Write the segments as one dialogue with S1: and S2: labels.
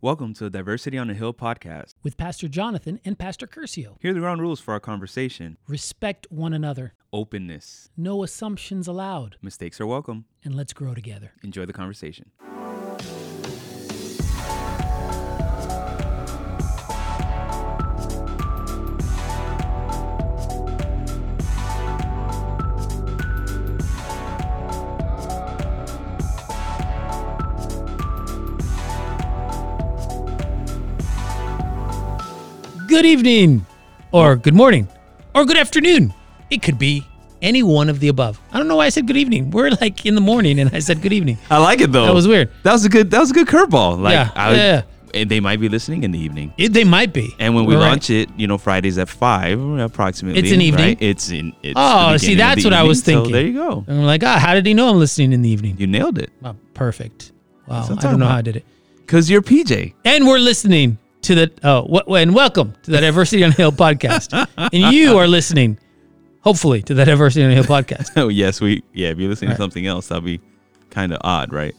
S1: Welcome to the Diversity on the Hill podcast.
S2: with Pastor Jonathan and Pastor Curcio.
S1: Here are the ground rules for our conversation
S2: Respect one another.
S1: openness.
S2: No assumptions allowed.
S1: Mistakes are welcome.
S2: And let's grow together.
S1: Enjoy the conversation.
S2: Good evening, or good morning, or good afternoon. It could be any one of the above. I don't know why I said good evening. We're like in the morning, and I said good evening.
S1: I like it though.
S2: That was weird.
S1: That was a good. That was a good curveball. Like,
S2: Yeah,
S1: I,
S2: yeah.
S1: And they might be listening in the evening.
S2: It, they might be.
S1: And when we
S2: We're right.
S1: launch it, you know, Fridays at five approximately.
S2: It's an evening.
S1: right? It's in. It's the
S2: Oh, see,
S1: beginning of
S2: that's
S1: the
S2: what I was
S1: evening. So
S2: thinking.
S1: there you go.
S2: and I'm like, ah, how did he know I'm listening in the evening?
S1: You nailed it.
S2: Wow, perfect. Wow,
S1: That's
S2: I
S1: what I'm
S2: don't know
S1: talking
S2: how I did it.
S1: Cause you're PJ.
S2: And we're listening to the oh, wh- and welcome to the Diversity on the Hill podcast. And you are listening, hopefully, to the Diversity on the Hill podcast.
S1: Oh yes, we. Yeah, if you're listening to something else, that'll be kind of odd, right?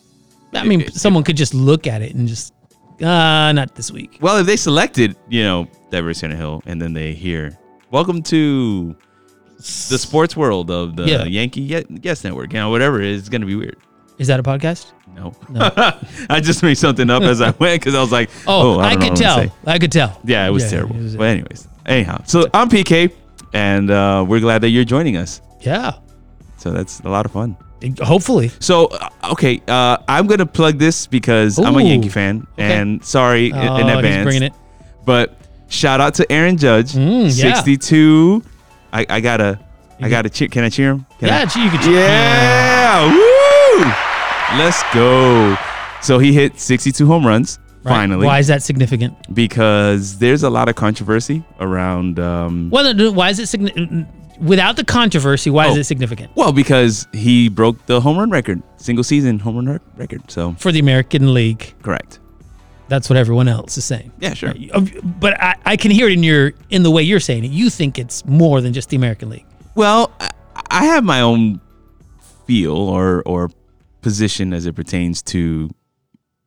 S2: I mean,
S1: it- it-
S2: someone could just look at it and just, ah, not this week.
S1: Well, if they selected, you know, Diversity on a Hill, and then they hear, "Welcome to the sports world of the
S2: Yeah.
S1: Yankee Ye- Yes Network," you know, whatever it is, it's gonna be weird.
S2: Is that a podcast?
S1: No, I just made something up as I went because I was like,
S2: Oh,
S1: "Oh, don't know
S2: I,
S1: what
S2: could
S1: I'm gonna
S2: tell.
S1: say."
S2: I could tell.
S1: Yeah, it was terrible.
S2: it was-
S1: but anyways, anyhow, so I'm PK, and uh, we're glad that you're joining us.
S2: yeah.
S1: So that's a lot of fun.
S2: It- Hopefully.
S1: So uh, okay, uh, I'm gonna plug this because I'm a
S2: Ooh.
S1: Yankee fan,
S2: Okay.
S1: and sorry in-
S2: Oh,
S1: in advance.
S2: he's bringing it.
S1: But shout out to Aaron Judge,
S2: Mm, yeah.
S1: 62. I, I gotta, I gotta cheer. Can I cheer him? Can
S2: Yeah, gee, you could.
S1: I? yeah, woo! Let's go. So he hit 62 home runs
S2: Right.
S1: finally
S2: Why is that significant?
S1: because there's a lot of controversy around. Um,
S2: Well, no, no, why is it significant? Without the controversy, why is
S1: Oh.
S2: it significant
S1: Well, because he broke the home run record, single season home run rec- record. So
S2: for the American League?
S1: correct.
S2: That's what everyone else is saying.
S1: Yeah, sure.
S2: But I, I can hear it in your in the way you're saying it. You think it's more than just the American League.
S1: Well, I- I have my own feel or or position as it pertains to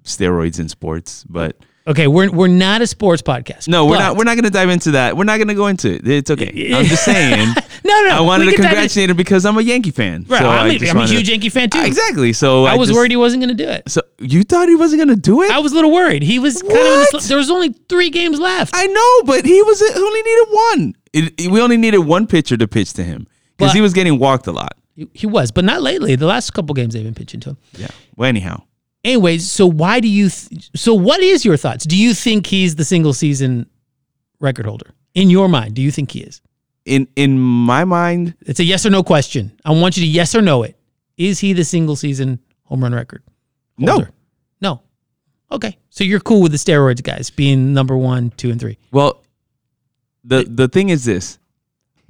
S1: steroids in sports, but
S2: Okay, we're we're not a sports podcast.
S1: no, we're
S2: but-
S1: not. We're not going to dive into that. We're not going to go into it. It's okay. I'm just saying.
S2: No, no.
S1: I wanted
S2: we
S1: to
S2: can dive into-
S1: congratulate him because I'm a Yankee fan.
S2: Right,
S1: so
S2: I'm,
S1: I
S2: a-
S1: just
S2: I'm a
S1: wanted-
S2: huge Yankee fan too.
S1: Exactly. So
S2: I, was
S1: just-
S2: worried he wasn't going to do it.
S1: So you thought he wasn't going to do it?
S2: I
S1: I,
S2: was a little worried. He was kind of in a
S1: What?
S2: sl- there was only three games left.
S1: know, but he was he only needed one. It, it- we only needed one pitcher to pitch to him because
S2: But-
S1: he was getting walked a lot.
S2: he, he was, but not lately. The last couple games they've been pitching to him.
S1: Yeah. Well, anyhow.
S2: Anyways, so why do you? Th- so what is your thoughts? Do you think he's the single season record holder in your mind? Do you think he is?
S1: In in my mind,
S2: It's a yes or no question. I want you to yes or no it. Is he the single season home run record?
S1: No.
S2: holder? no. Okay, so you're cool with the steroids guys being number one, two, and three.
S1: Well, the the thing is this: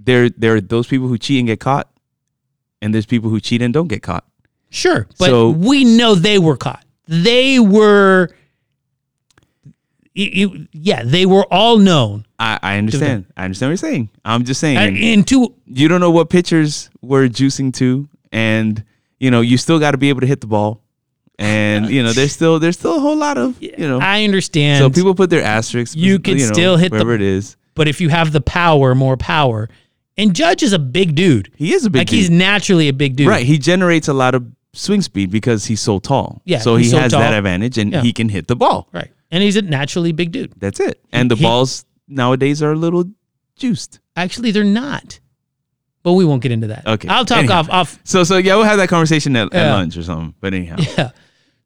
S1: there there are those people who cheat and get caught, and there's people who cheat and don't get caught.
S2: Sure, but
S1: So-
S2: we know they were caught. They were, it- it- yeah, they were all known.
S1: I, I understand. I understand what you're saying. I'm just saying
S2: And, and two,
S1: you don't know what pitchers were juicing to, and you know you still got to be able to hit the ball, and you know there's still there's still a whole lot of you know.
S2: I understand.
S1: so people put their asterisks.
S2: You can
S1: know,
S2: still hit the-
S1: wherever it is.
S2: but if you have the power, more power. And Judge is a big dude.
S1: He is a big
S2: like
S1: dude.
S2: he's naturally a big dude.
S1: Right. He generates a lot of swing speed because he's so tall.
S2: Yeah,
S1: So
S2: he's
S1: he
S2: so
S1: has that
S2: tall.
S1: advantage and
S2: Yeah.
S1: he can hit the ball.
S2: right. And he's a naturally big dude.
S1: That's it. And the
S2: he-
S1: balls nowadays are a little juiced.
S2: Actually, they're not. But we won't get into that.
S1: Okay.
S2: I'll talk
S1: Anyhow.
S2: off off.
S1: So so yeah, we'll have that conversation at, at
S2: Yeah.
S1: lunch or something. But anyhow,
S2: Yeah.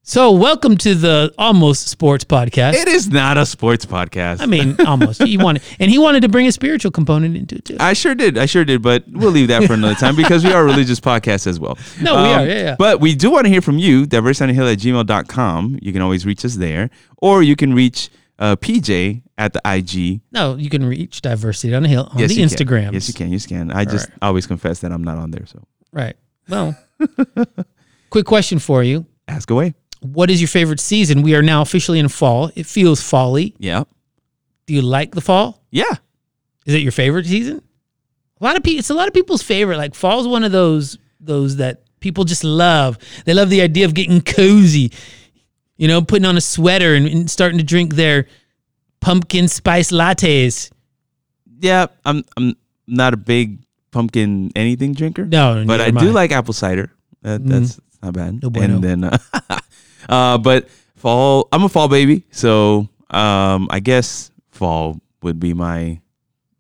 S2: So welcome to the almost sports podcast.
S1: it is not a sports podcast.
S2: I mean, almost. He wanted, and he wanted to bring a spiritual component into it too.
S1: I sure did. I sure did. But we'll leave that for another time because we are a religious podcast as well. Um,
S2: No, we are, yeah, yeah.
S1: But we do want to hear from you, diversityonthehill at gmail.com. You can always reach us there. Or you can reach uh, PJ at the IG.
S2: No, you can reach diversity on a hill on
S1: Yes,
S2: the
S1: you can.
S2: Instagram.
S1: Yes, you can. Yes, you can. I just
S2: right.
S1: always confess that I'm not on there. So
S2: Right. Well, quick question for you:
S1: ask away.
S2: What is your favorite season? We are now officially in fall. It feels folly.
S1: Yeah.
S2: Do you like the fall?
S1: Yeah.
S2: Is it your favorite season? A lot of people. It's a lot of people's favorite. Like fall's one of those those that people just love. They love the idea of getting cozy. you know, putting on a sweater and, and starting to drink their pumpkin spice lattes.
S1: Yeah, I'm I'm not a big pumpkin anything drinker.
S2: No,
S1: but
S2: neither
S1: I
S2: am Mm-hmm.
S1: do like apple cider. That, That's that's not bad.
S2: No bueno.
S1: and then, uh, uh, but fall. I'm a fall baby, so um, I guess fall would be my.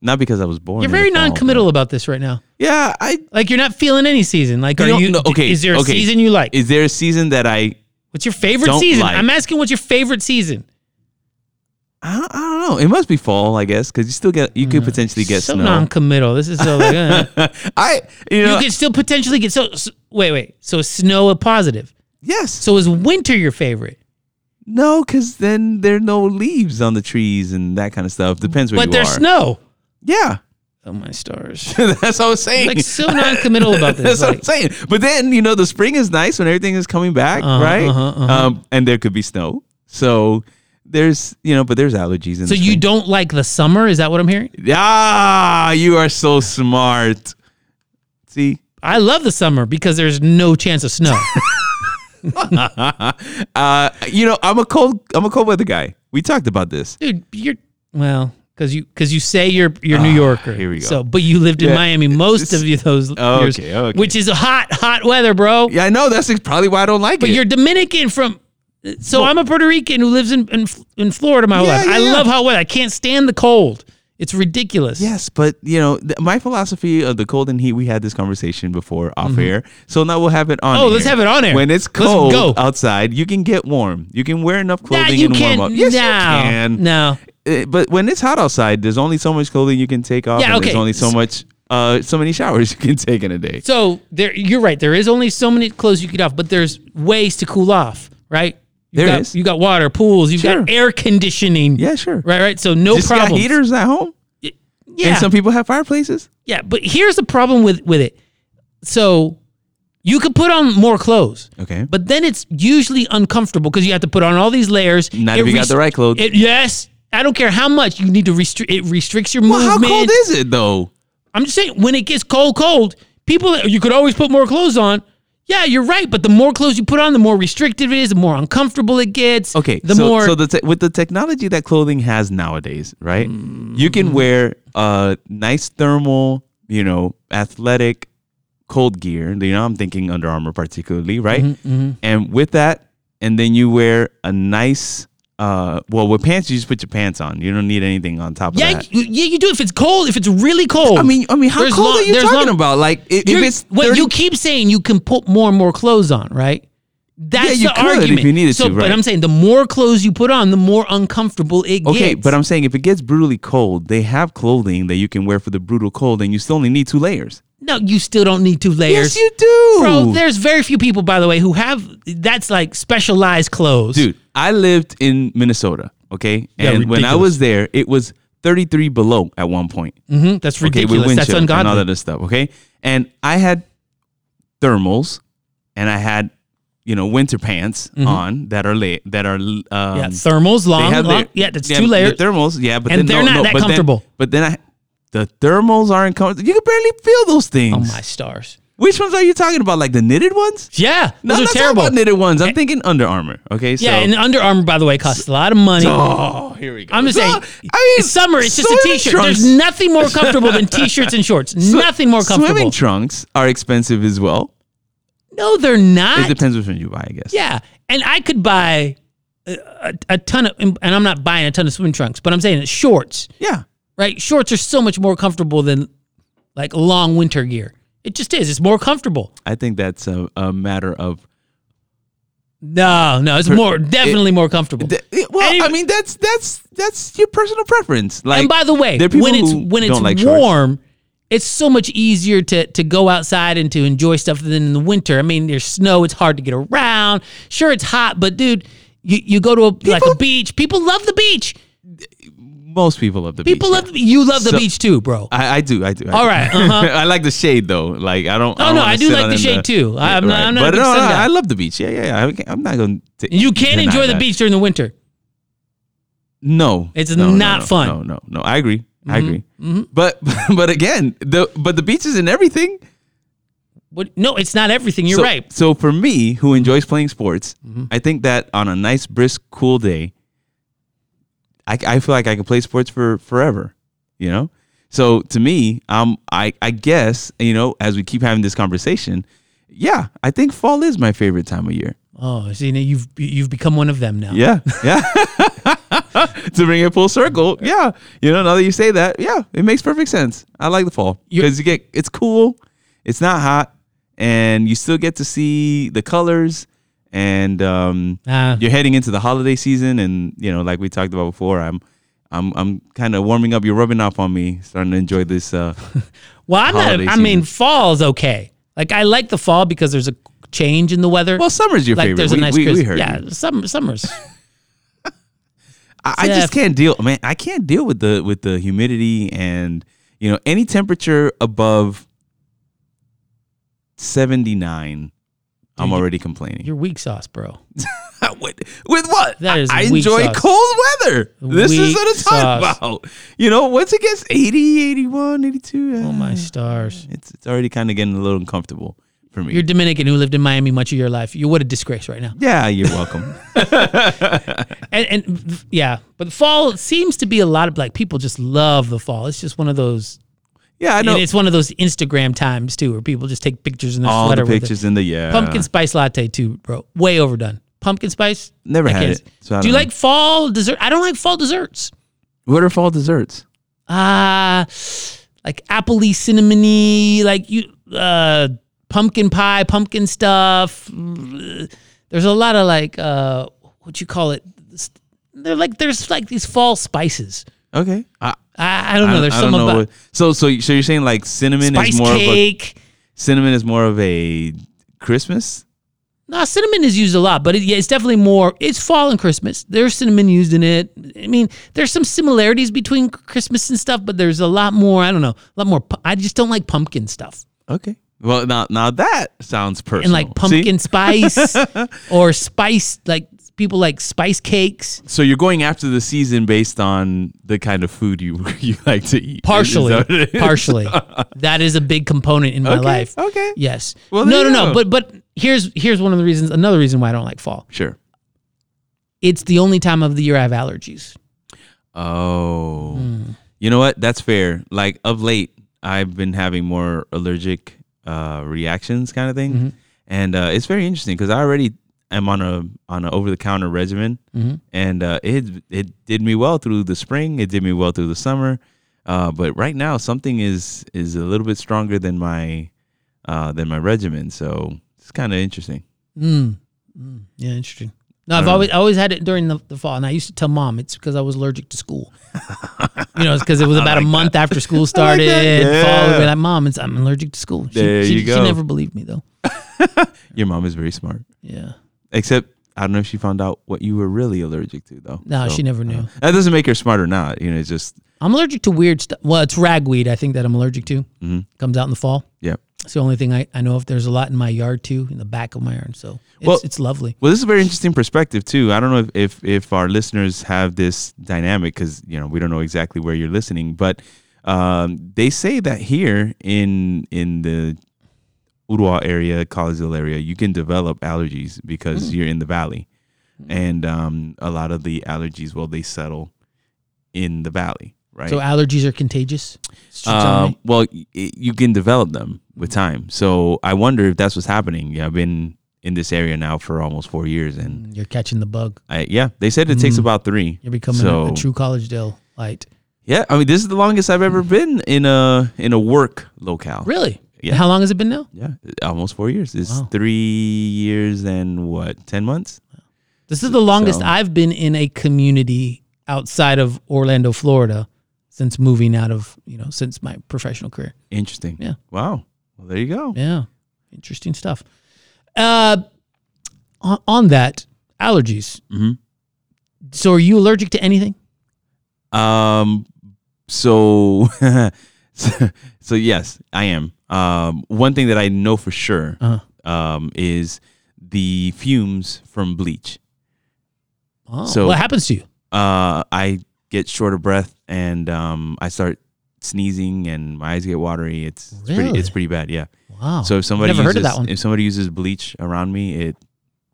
S1: Not because I was born.
S2: You're
S1: in the
S2: very
S1: fall, but-
S2: non-committal about this right now.
S1: Yeah, I.
S2: Like you're not feeling any season. Like
S1: You
S2: are
S1: know,
S2: you?
S1: no, okay,
S2: Is there a
S1: okay.
S2: season you like?
S1: Is there a season that I?
S2: what's your favorite
S1: don't
S2: season?
S1: like-
S2: I'm asking. What's your favorite season?
S1: I don't, I don't know. It must be fall, I guess, because you still get. You could potentially get
S2: Mm, so
S1: snow.
S2: non-committal. This is so like. uh.
S1: I. You know.
S2: you could still potentially get so, so. Wait, wait. So snow a positive.
S1: yes.
S2: So is winter your favorite?
S1: no, because then there are no leaves on the trees and that kind of stuff. Depends where
S2: but
S1: you are.
S2: there's snow.
S1: Yeah.
S2: Oh my stars!
S1: That's what I was saying.
S2: Like so non-committal about
S1: That's
S2: this.
S1: what
S2: Like,
S1: I'm saying. But then you know the spring is nice when everything is coming back,
S2: Uh-huh,
S1: right?
S2: uh-huh, uh-huh.
S1: Um, and there could be snow. So there's you know, but there's allergies. In
S2: so you don't like the summer? Is that what I'm hearing?
S1: don't. Ah, you are so smart. See,
S2: I love the summer because there's no chance of snow.
S1: uh, you know I'm a cold I'm a cold weather guy. We talked about this.
S2: dude you're well because you because you say you're you're new yorker
S1: Ah, here we go.
S2: so but you lived in
S1: Yeah,
S2: miami most of you those
S1: Okay,
S2: years
S1: okay.
S2: which is a hot hot weather bro
S1: Yeah, I know. That's probably why I don't like
S2: but
S1: it.
S2: you're dominican from so i'm a puerto rican who lives in in, in florida my whole
S1: Yeah,
S2: life
S1: yeah,
S2: i
S1: yeah.
S2: love how wet i can't stand the cold it's ridiculous
S1: Yes, but you know th- my philosophy of the cold and heat. We had this conversation before off air, so now we'll have it on.
S2: Mm-hmm. Oh, let's
S1: air.
S2: have it on air.
S1: When it's
S2: Let's
S1: cold
S2: go.
S1: outside, you can get warm. You can wear enough
S2: Nah,
S1: clothing
S2: you
S1: and
S2: can't.
S1: warm up. Yes,
S2: no,
S1: you can.
S2: No.
S1: Uh, But when it's hot outside, there's only so much clothing you can take off.
S2: Yeah,
S1: and There's
S2: okay.
S1: only so much, uh, so many showers you can take in a day.
S2: So there, you're right. There is only so many clothes you get off, but there's ways to cool off, right? You
S1: There
S2: got,
S1: is.
S2: You got water, pools. You've
S1: Sure.
S2: got air conditioning.
S1: Yeah, sure.
S2: Right. Right. So no
S1: Just
S2: problem.
S1: got heaters at home,
S2: Yeah.
S1: and some people have fireplaces.
S2: Yeah, but here's the problem with with it. So you could put on more clothes,
S1: Okay.
S2: but then it's usually uncomfortable because you have to put on all these layers.
S1: Not
S2: It
S1: if you got
S2: rest-
S1: the right clothes.
S2: It, yes, I don't care how much you need to restrict. It restricts your
S1: well, how
S2: movement.
S1: cold is it though?
S2: I'm just saying when it gets cold, cold. People, you could always put more clothes on. Yeah, you're right. But the more clothes you put on, the more restrictive it is. The more uncomfortable it gets.
S1: Okay,
S2: The
S1: so,
S2: more
S1: so the te- with the technology that clothing has nowadays, right? You
S2: Mm.
S1: can wear a nice thermal, you know, athletic cold gear. You know, I'm thinking Under Armour particularly, right?
S2: Mm-hmm,
S1: And with that, and then you wear a nice, uh, well, with pants you just put your pants on. You don't need anything on top of
S2: yeah,
S1: that.
S2: you, yeah, you do. If it's cold, if it's really cold.
S1: I mean, I mean, how
S2: Oh, There's
S1: cold
S2: long-
S1: are you
S2: there's
S1: talking
S2: long-
S1: about? Like, if, if
S2: You're-
S1: it's 30,
S2: wait, you keep saying you can put more and more clothes on, right? That's
S1: Yeah, you
S2: the
S1: could if
S2: argument.
S1: you needed
S2: so,
S1: to,
S2: but
S1: right.
S2: I'm saying the more clothes you put on, the more uncomfortable it gets.
S1: okay, but I'm saying if it gets brutally cold, they have clothing that you can wear for the brutal cold, and you still only need two layers.
S2: no, you still don't need two layers,
S1: Yes, you do,
S2: bro. There's very few people, by the way, who have that's like specialized clothes,
S1: dude i lived in minnesota okay and
S2: Yeah,
S1: when i
S2: ridiculous.
S1: was there it was 33 below at one point
S2: hmm That's
S1: okay
S2: ridiculous.
S1: with wind
S2: that's
S1: chill and all
S2: ungodly.
S1: that other stuff okay and i had thermals and i had you know winter pants on that are late that are um,
S2: yeah, thermals
S1: they
S2: Mm-hmm. long,
S1: have
S2: long-
S1: their-
S2: yeah, that's
S1: yeah,
S2: two layers.
S1: the thermals yeah but
S2: And
S1: then
S2: they're
S1: no,
S2: not
S1: no,
S2: that
S1: but then-
S2: comfortable.
S1: but then i the thermals aren't comfortable. You can barely feel those things.
S2: oh my stars!
S1: Which ones are you talking about? Like the knitted ones?
S2: Yeah,
S1: No,
S2: those
S1: I'm
S2: are
S1: not
S2: terrible. Eh.
S1: talking about knitted ones. I'm thinking Under Armour. Okay, so
S2: yeah, and Under Armour, by the way, costs a lot of money.
S1: Oh, here we go.
S2: I'm just
S1: No,
S2: saying,
S1: I mean,
S2: it's summer. It's just a
S1: swimming
S2: t-shirt.
S1: trunks-
S2: There's nothing more comfortable than t-shirts and shorts. nothing more comfortable.
S1: Swimming trunks are expensive as well.
S2: no, they're
S1: It
S2: not.
S1: depends which one you buy, I guess.
S2: Yeah, and I could buy a, a, a ton of, and I'm not buying a ton of swim trunks, but I'm saying it's shorts,
S1: Yeah.
S2: right? Shorts are so much more comfortable than like long winter gear. It just is. It's more comfortable.
S1: I think that's a, a matter of.
S2: No, no, it's more definitely more comfortable.
S1: Th- Well,
S2: Anyway-
S1: I mean, that's that's that's your personal preference. Like,
S2: and by the way,
S1: there are people
S2: when it's
S1: who
S2: when it's
S1: don't like shorts.
S2: warm, it's so much easier to to go outside and to enjoy stuff than in the winter. I mean, there's snow; it's hard to get around. Sure, it's hot, but dude, you, you go to a, like a
S1: People-
S2: beach. People love the beach.
S1: most people love the
S2: People
S1: beach.
S2: love the, you love the
S1: So-
S2: beach too, bro.
S1: yeah. I, I do. I do. I
S2: All
S1: do.
S2: right, uh-huh.
S1: I like the shade though. Like, I don't.
S2: Oh
S1: don't
S2: no,
S1: wanna
S2: I do
S1: sit
S2: like
S1: out
S2: the
S1: in
S2: shade too. I'm not- I'm not a
S1: But
S2: big
S1: no,
S2: sun
S1: no,
S2: guy.
S1: I love the beach. Yeah, yeah. yeah. I, can't- I'm not going to.
S2: you can
S1: deny
S2: enjoy the
S1: that.
S2: beach during the winter.
S1: No,
S2: It's
S1: No, no,
S2: not
S1: no,
S2: fun. Mm-hmm.
S1: No, no, no. I agree. I agree. But but again, the but the beaches and everything.
S2: What? No, it's not everything. You're
S1: so,
S2: right. Mm-hmm.
S1: So for me, who enjoys playing sports, I think that on a nice, brisk, cool day, I, I feel like I can play sports for forever. You know. So to me, um, I I guess you know as we keep having this conversation, yeah, I think fall is my favorite time of year.
S2: Oh, see, now you've you've become one of them now.
S1: Yeah, yeah. to bring it full circle, yeah. You know, now that you say that, yeah, it makes perfect sense. I like the fall
S2: You-
S1: because you get it's cool, it's not hot, and you still get to see the colors. And um,
S2: Ah.
S1: you're heading into the holiday season, and you know, like we talked about before, I'm, I'm, I'm kind of warming up. You're rubbing off on me, starting to enjoy this. Uh,
S2: Well, I'm
S1: Holiday
S2: not, I
S1: season.
S2: mean, fall's okay. Like I like the fall because there's a change in the weather.
S1: well, summer's your
S2: like
S1: favorite.
S2: there's a
S1: we,
S2: nice
S1: we, we
S2: Christ-
S1: heard.
S2: yeah
S1: you.
S2: summer summers
S1: I, I just can't deal, man. I can't deal with the with the humidity and you know any temperature above seventy nine. I'm already complaining.
S2: you're weak sauce bro
S1: with, with what?
S2: That is
S1: I
S2: weak
S1: enjoy
S2: sauce.
S1: cold weather. This is
S2: Weak
S1: what it's talking
S2: sauce.
S1: about. You know, once it gets 80, 81, 82,
S2: oh
S1: ah,
S2: my stars
S1: it's it's already kind of getting a little uncomfortable for me.
S2: you're dominican who lived in miami much of your life you what a disgrace right now
S1: yeah, you're welcome.
S2: and, and v- yeah but fall seems to be a lot of like people just love the fall it's just one of those
S1: yeah, I know.
S2: and it's one of those instagram times too where people just take pictures in their
S1: All
S2: sweater
S1: the
S2: with
S1: pictures in the yeah.
S2: it. pumpkin spice latte too bro way overdone pumpkin spice
S1: Never
S2: I
S1: had
S2: can't-
S1: it. so I
S2: do you
S1: don't know.
S2: like fall dessert i don't like fall desserts
S1: what are fall desserts?
S2: Ah, like appley cinnamony, like you uh pumpkin pie, pumpkin stuff. There's a lot of like uh what you call it? They're like there's like these fall spices.
S1: Okay, I,
S2: I, I don't know. There's some
S1: know
S2: about
S1: what- so so so you're saying like cinnamon
S2: spice
S1: is more of a
S2: cake.
S1: cinnamon is more of a Christmas.
S2: No, cinnamon is used a lot, but it, yeah, it's definitely more. It's fall and Christmas. There's cinnamon used in it. I mean, there's some similarities between Christmas and stuff, but there's a lot more. I don't know, a lot more. pu- I just don't like pumpkin stuff.
S1: Okay. Well, now now that sounds personal.
S2: and like
S1: See?
S2: pumpkin spice or spice like people like spice cakes
S1: So you're going after the season based on the kind of food you you like to eat. Is- is
S2: partially
S1: that what it is?
S2: partially that is a big component in my
S1: Okay,
S2: life
S1: okay.
S2: yes
S1: Well,
S2: no
S1: there
S2: no
S1: you
S2: no
S1: go.
S2: but but here's here's one of the reasons another reason why i don't like fall
S1: Sure.
S2: it's the only time of the year i have allergies
S1: Oh. You know what? That's fair. Like of late, I've been having more allergic uh, reactions, kind of thing, and uh, it's very interesting because I already am on a on a over the counter regimen, and uh, it it did me well through the spring. It did me well through the summer, uh, but right now something is is a little bit stronger than my uh, than my regimen, so it's kind of interesting.
S2: yeah interesting no,
S1: Uh,
S2: I've always I always had it during the, the fall, and I used to tell mom it's because I was allergic to school. you know, it's because it was about a month after school started.
S1: Yeah.
S2: Fall, I'd be like, mom, it's, I'm allergic to school. She,
S1: There
S2: she,
S1: you
S2: she
S1: go.
S2: never believed me though.
S1: Your mom is very smart,
S2: Yeah,
S1: except. I don't know if she found out what you were really allergic to, though.
S2: no,
S1: So- uh,
S2: she never knew.
S1: That doesn't make her smart or not. You know, it's just
S2: I'm allergic to weird stuff. Well, it's ragweed. I think that I'm allergic to.
S1: Mm-hmm.
S2: Comes out in the fall.
S1: yeah.
S2: It's the only thing I, I know of. There's a lot in my yard too, in the back of my yard. So it's,
S1: Well-
S2: it's lovely.
S1: Well, this is a very interesting perspective too. I don't know if if, if our listeners have this dynamic because you know we don't know exactly where you're listening, but um, they say that here in in the Urwa area, Collegeville area, you can develop allergies because you're in the valley, and um, a lot of the allergies, well, they settle in the valley, right?
S2: So allergies are contagious. That's what you're telling
S1: Um,
S2: me.
S1: well, y- y- you can develop them with time. So I wonder if that's what's happening. Yeah, I've been in this area now for almost four years, and
S2: mm, You're catching the bug.
S1: I, yeah, they said it
S2: Mm-hmm.
S1: takes about three.
S2: You're becoming
S1: so,
S2: a, a true Collegedale light.
S1: Yeah, I mean, this is the longest I've ever been in a in a work locale.
S2: Mm-hmm. Really?
S1: Yeah.
S2: How long has it been now?
S1: Yeah, almost four years. It's
S2: Wow.
S1: three years and what ten months?
S2: This is the longest
S1: So-
S2: I've been in a community outside of Orlando, Florida, since moving out of you know since my professional career.
S1: Interesting.
S2: Yeah.
S1: Wow. Well, there you go.
S2: Yeah, interesting stuff. Uh, on, on that allergies.
S1: Mhm.
S2: So, are you allergic to anything?
S1: Um, so, so, so yes, I am. Um, one thing that I know for sure
S2: Uh-huh.
S1: um, is the fumes from bleach.
S2: Oh,
S1: So-
S2: what happens to you?
S1: Uh, I get short of breath and um, I start sneezing and my eyes get watery. It's, it's pretty
S2: Really?
S1: it's pretty bad. Yeah.
S2: Wow.
S1: So if somebody
S2: never
S1: uses,
S2: heard of that one.
S1: if somebody uses bleach around me, it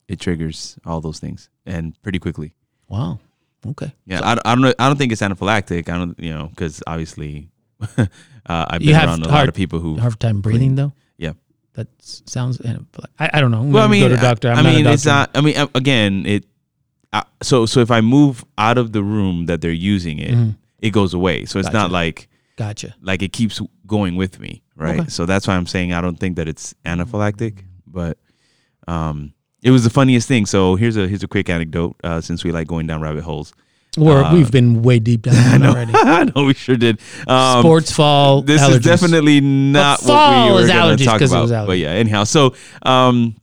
S1: it triggers all those things and pretty quickly.
S2: wow. Okay.
S1: Yeah, I, I don't know. I don't think it's anaphylactic. I don't, you know, because obviously, uh, I've
S2: You
S1: been
S2: have
S1: around a lot
S2: hard-
S1: of people who.
S2: Hard time breathing though.
S1: Yeah.
S2: That s- sounds. eh, I, I don't know.
S1: well, I mean,
S2: go to a doctor. I'm
S1: I
S2: not
S1: mean,
S2: a doctor.
S1: it's not. I mean, uh, again, it. Uh, so so if I move out of the room that they're using it, it goes away. So it's not
S2: Mm-hmm. Gotcha.
S1: like
S2: Gotcha.
S1: like it keeps going with me, right?
S2: Okay.
S1: So that's why I'm saying I don't think that it's anaphylactic, but um, it was the funniest thing. So here's a here's a quick anecdote uh, since we like going down rabbit holes.
S2: We're, we've been way deep down I know. already.
S1: Uh, I know we sure did. Um,
S2: Sports fall.
S1: this
S2: allergies.
S1: is definitely not what
S2: fall
S1: we were
S2: is
S1: going
S2: allergies
S1: to talk
S2: 'cause it was
S1: about. But
S2: allergies.
S1: yeah, anyhow, so um,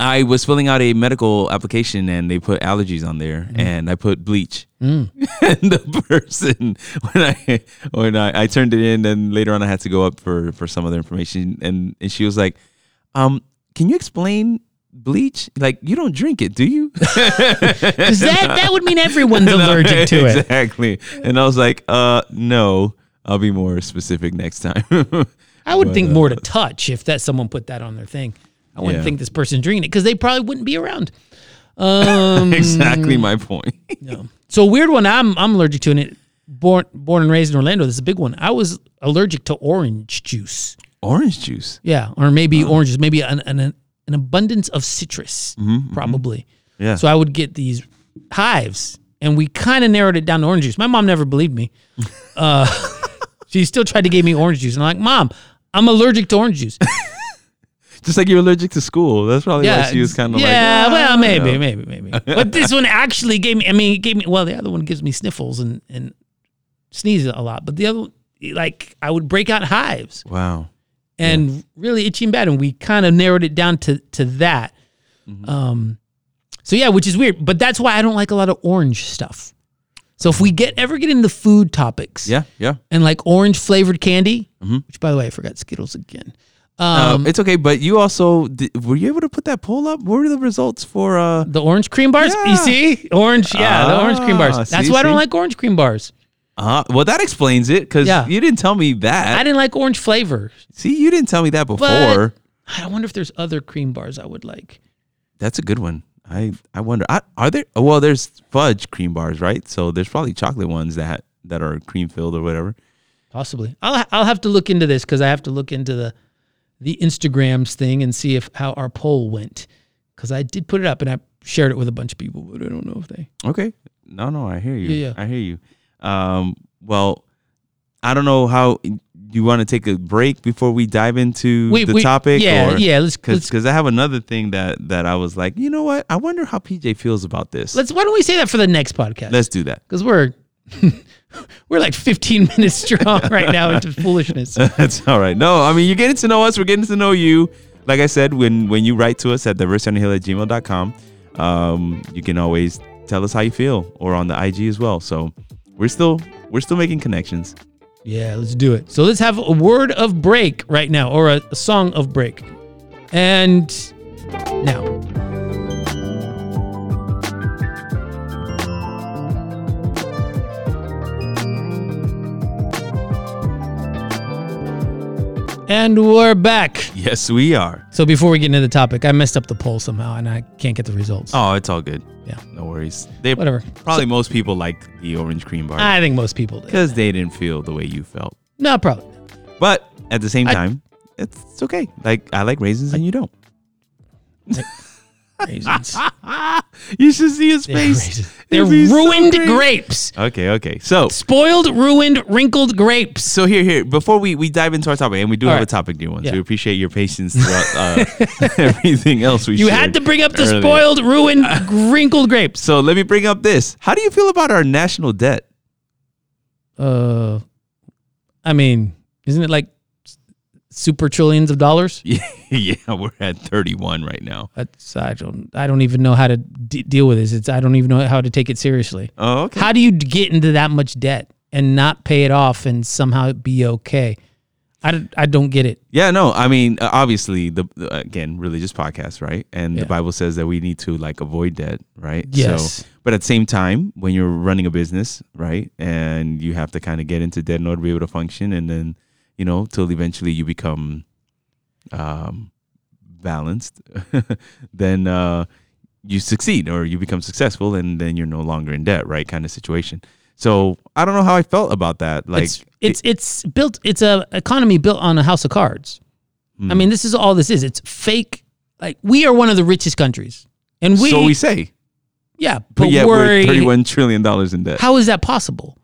S1: I was filling out a medical application and they put allergies on there,
S2: Mm.
S1: and I put bleach. and the person when I when I, I turned it in, and later on I had to go up for for some other information, and and she was like, um, "Can you explain?" Bleach, like you don't drink it, do you?
S2: 'Cause that that would mean everyone's allergic to it.
S1: exactly. And I was like, uh, no, I'll be more specific next time.
S2: I would think more to touch if that someone put that on their thing. I wouldn't
S1: uh, Yeah.
S2: think this person's drinking it because they probably wouldn't be around. Um,
S1: exactly my point.
S2: no. So a weird one. I'm I'm allergic to and it. Born born and raised in Orlando. This is a big one. I was allergic to orange juice.
S1: Orange juice.
S2: Yeah, or maybe oranges. Maybe an an, an abundance of citrus. Probably.
S1: Mm-hmm, Yeah.
S2: So I would get these hives, and we kind of narrowed it down to orange juice. My mom never believed me. Uh, she still tried to give me orange juice, and I'm like, Mom, I'm allergic to orange juice.
S1: Just like you're allergic to school. That's probably why she was kind of
S2: yeah,
S1: like, "Ah, I
S2: well,
S1: don't
S2: maybe,
S1: know."
S2: maybe, maybe. But this one actually gave me. I mean, it gave me. Well, the other one gives me sniffles and and sneezes a lot, but the other one, like I would break out hives
S1: Wow.
S2: and really itchy and bad, and we kind of narrowed it down to to that.
S1: Mm-hmm.
S2: Um, so yeah, which is weird, but that's why I don't like a lot of orange stuff. So if we get ever get into food topics,
S1: Mm-hmm. Yeah, Mm-hmm. yeah.
S2: and like orange flavored candy, which by the way I forgot Skittles again. Um,
S1: um, it's okay, but you also did, were you able to put that poll up? What were the results for? uh
S2: The orange cream bars,
S1: Yeah.
S2: you see, orange, yeah, the orange cream bars.
S1: Ah,
S2: That's
S1: see,
S2: why I don't
S1: see?
S2: like orange cream bars.
S1: uh Well, that explains it because
S2: Yeah.
S1: you didn't tell me that.
S2: I didn't like orange flavor,
S1: See, you didn't tell me that before.
S2: but I wonder if there's other cream bars I would like.
S1: That's a good one. I I wonder. I, are there? Well, there's fudge cream bars, right? So there's probably chocolate ones that that are cream filled or whatever.
S2: Possibly, I'll I'll have to look into this because I have to look into the the Instagrams thing and see if how our poll went because I did put it up and I shared it with a bunch of people, but I don't know if they.
S1: Okay. No, no, I hear you.
S2: Yeah, yeah.
S1: I hear you. Um, well, I don't know how you want to take a break before we dive into
S2: Wait,
S1: the
S2: wait,
S1: topic.
S2: Yeah,
S1: or,
S2: yeah. Let's let's
S1: Because I have another thing that that I was like, you know what? I wonder how PJ feels about this.
S2: let's. Why don't we say that for the next podcast?
S1: Let's do that.
S2: Because we're we're like 15 minutes strong right now into foolishness.
S1: That's all right. No, I mean, you're getting to know us. We're getting to know you. Like I said, when when you write to us at diversityonthehill at gmail.com, um, you can always tell us how you feel or on the IG as well. So we're still we're still making connections.
S2: Yeah, let's do it. So let's have a word of break right now, or a, a song of break. And now. And we're back.
S1: Yes, we are.
S2: So before we get into the topic, I messed up the poll somehow and I can't get the results.
S1: Oh, it's all good.
S2: Yeah.
S1: No worries. They
S2: Whatever.
S1: Probably most people like the orange cream bar
S2: I think most people did.
S1: because they didn't feel the way you felt.
S2: No problem.
S1: But at the same
S2: I-
S1: time, it's, it's okay. Like I like raisins and you don't.
S2: Raisins.
S1: You should see his
S2: They're,
S1: face.
S2: raisins. They're
S1: It'd be so
S2: ruined
S1: great.
S2: grapes.
S1: Okay, okay. So
S2: spoiled, ruined, wrinkled grapes.
S1: so here, here, before we, we dive into our topic, and we do
S2: All
S1: have a
S2: right.
S1: topic, dear ones.
S2: Yeah.
S1: We appreciate your patience throughout uh, everything else we
S2: You
S1: shared
S2: had to bring up the
S1: earlier.
S2: spoiled, ruined, wrinkled grapes.
S1: So let me bring up this. How do you feel about our national debt?
S2: Uh, I mean, isn't it like s- super trillions of dollars?
S1: yeah, we're at 31 right now.
S2: That's I don't I don't even know how to d- deal with this. It's I don't even know how to take it seriously.
S1: Oh, okay.
S2: How do you d- get into that much debt and not pay it off and somehow be okay? I don't, I don't get it.
S1: Yeah, no, I mean, uh, obviously, the the- again religious podcast, right? And
S2: Yeah.
S1: the Bible says that we need to like avoid debt, right?
S2: Yes.
S1: So, But at the same time, when you're running a business, right, and you have to kind of get into dead in order to be able to function, and then you know till eventually you become um, balanced, then uh, you succeed or you become successful, and then you're no longer in debt, right? Kind of situation. So I don't know how I felt about that. Like
S2: it's it's it's built. It's a economy built on a house of cards.
S1: Hmm.
S2: I mean, this is all this is. It's fake. Like we are one of the richest countries, and we,
S1: so we say,
S2: yeah,
S1: but,
S2: but
S1: yet we're
S2: we're,
S1: thirty-one trillion dollars in debt.
S2: how is that possible?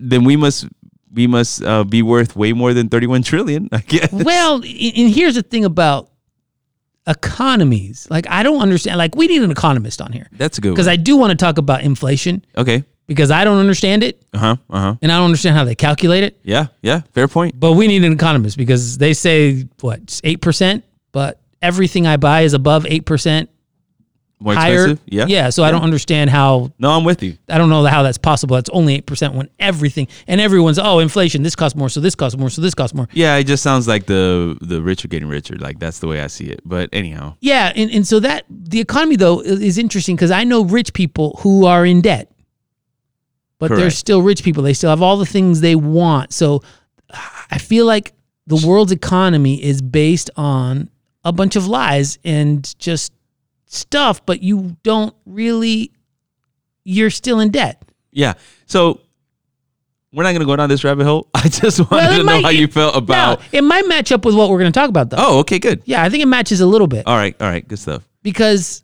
S1: then we must we must uh, be worth way more than 31 trillion i guess
S2: Well, and here's the thing about economies. Like I don't understand. Like we need an economist on here
S1: that's a good
S2: because I do want to talk about inflation
S1: okay
S2: because I don't understand it
S1: uh-huh uh-huh
S2: and I don't understand how they calculate it.
S1: yeah yeah fair point
S2: But we need an economist because they say what eight percent, but everything I buy is above eight percent
S1: more
S2: higher.
S1: expensive yeah
S2: yeah. So I don't understand how
S1: no i'm with you
S2: I don't know how that's possible. That's only eight percent when everything and everyone's oh inflation. This costs more, so this costs more, so this costs more.
S1: yeah it just sounds like the the rich are getting richer like that's the way i see it but anyhow
S2: Yeah, and, and so that the economy though i- is interesting because I know rich people who are in debt, but they're
S1: Correct.
S2: still rich people. They still have all the things they want. So I feel like the world's economy is based on a bunch of lies and just stuff, but you don't really. You're still in debt.
S1: yeah so we're not gonna go down this rabbit hole i just wanted
S2: Well, it
S1: to know
S2: might-
S1: how you felt
S2: Now,
S1: about
S2: it might match up with what we're going to talk about though.
S1: oh okay good
S2: Yeah, I think it matches a little bit.
S1: all right all right good stuff
S2: because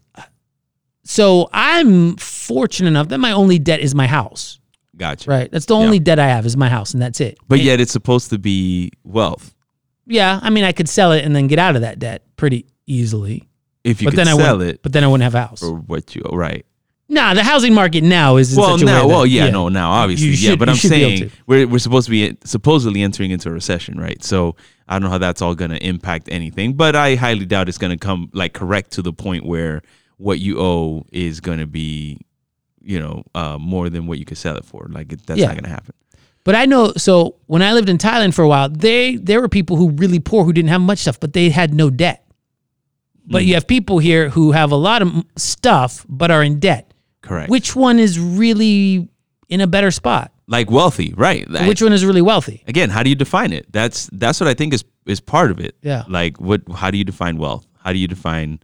S2: so I'm fortunate enough that my only debt is my house.
S1: gotcha
S2: Right. That's the only debt I have is my house and that's it.
S1: but yet it's supposed to be wealth
S2: Yeah, I mean I could sell it and then get out of that debt pretty easily.
S1: if you
S2: but
S1: could
S2: then I
S1: sell
S2: wouldn't,
S1: it
S2: But then I wouldn't have a house.
S1: or what you right
S2: Nah, the housing market now is in
S1: well,
S2: such a way
S1: now,
S2: that-
S1: well, yeah, no, now, obviously,
S2: You
S1: yeah,
S2: should-
S1: but
S2: you
S1: I'm
S2: should be able
S1: saying
S2: to.
S1: we're, we're supposed to be supposedly entering into a recession, right? So I don't know how that's all going to impact anything, but I highly doubt it's going to come like correct to the point where what you owe is going to be, you know, uh, more than what you could sell it for. Like it, that's
S2: Yeah.
S1: not going to happen.
S2: But I know so when I lived in Thailand for a while, they there were people who really poor who didn't have much stuff, but they had no debt. But
S1: Hmm.
S2: you have people here who have a lot of m- stuff but are in debt.
S1: Correct.
S2: Which one is really in a better spot?
S1: like wealthy, right? Like,
S2: Which one is really wealthy?
S1: again, how do you define it? That's that's what I think is is part of it.
S2: Yeah.
S1: Like what? How do you define wealth? How do you define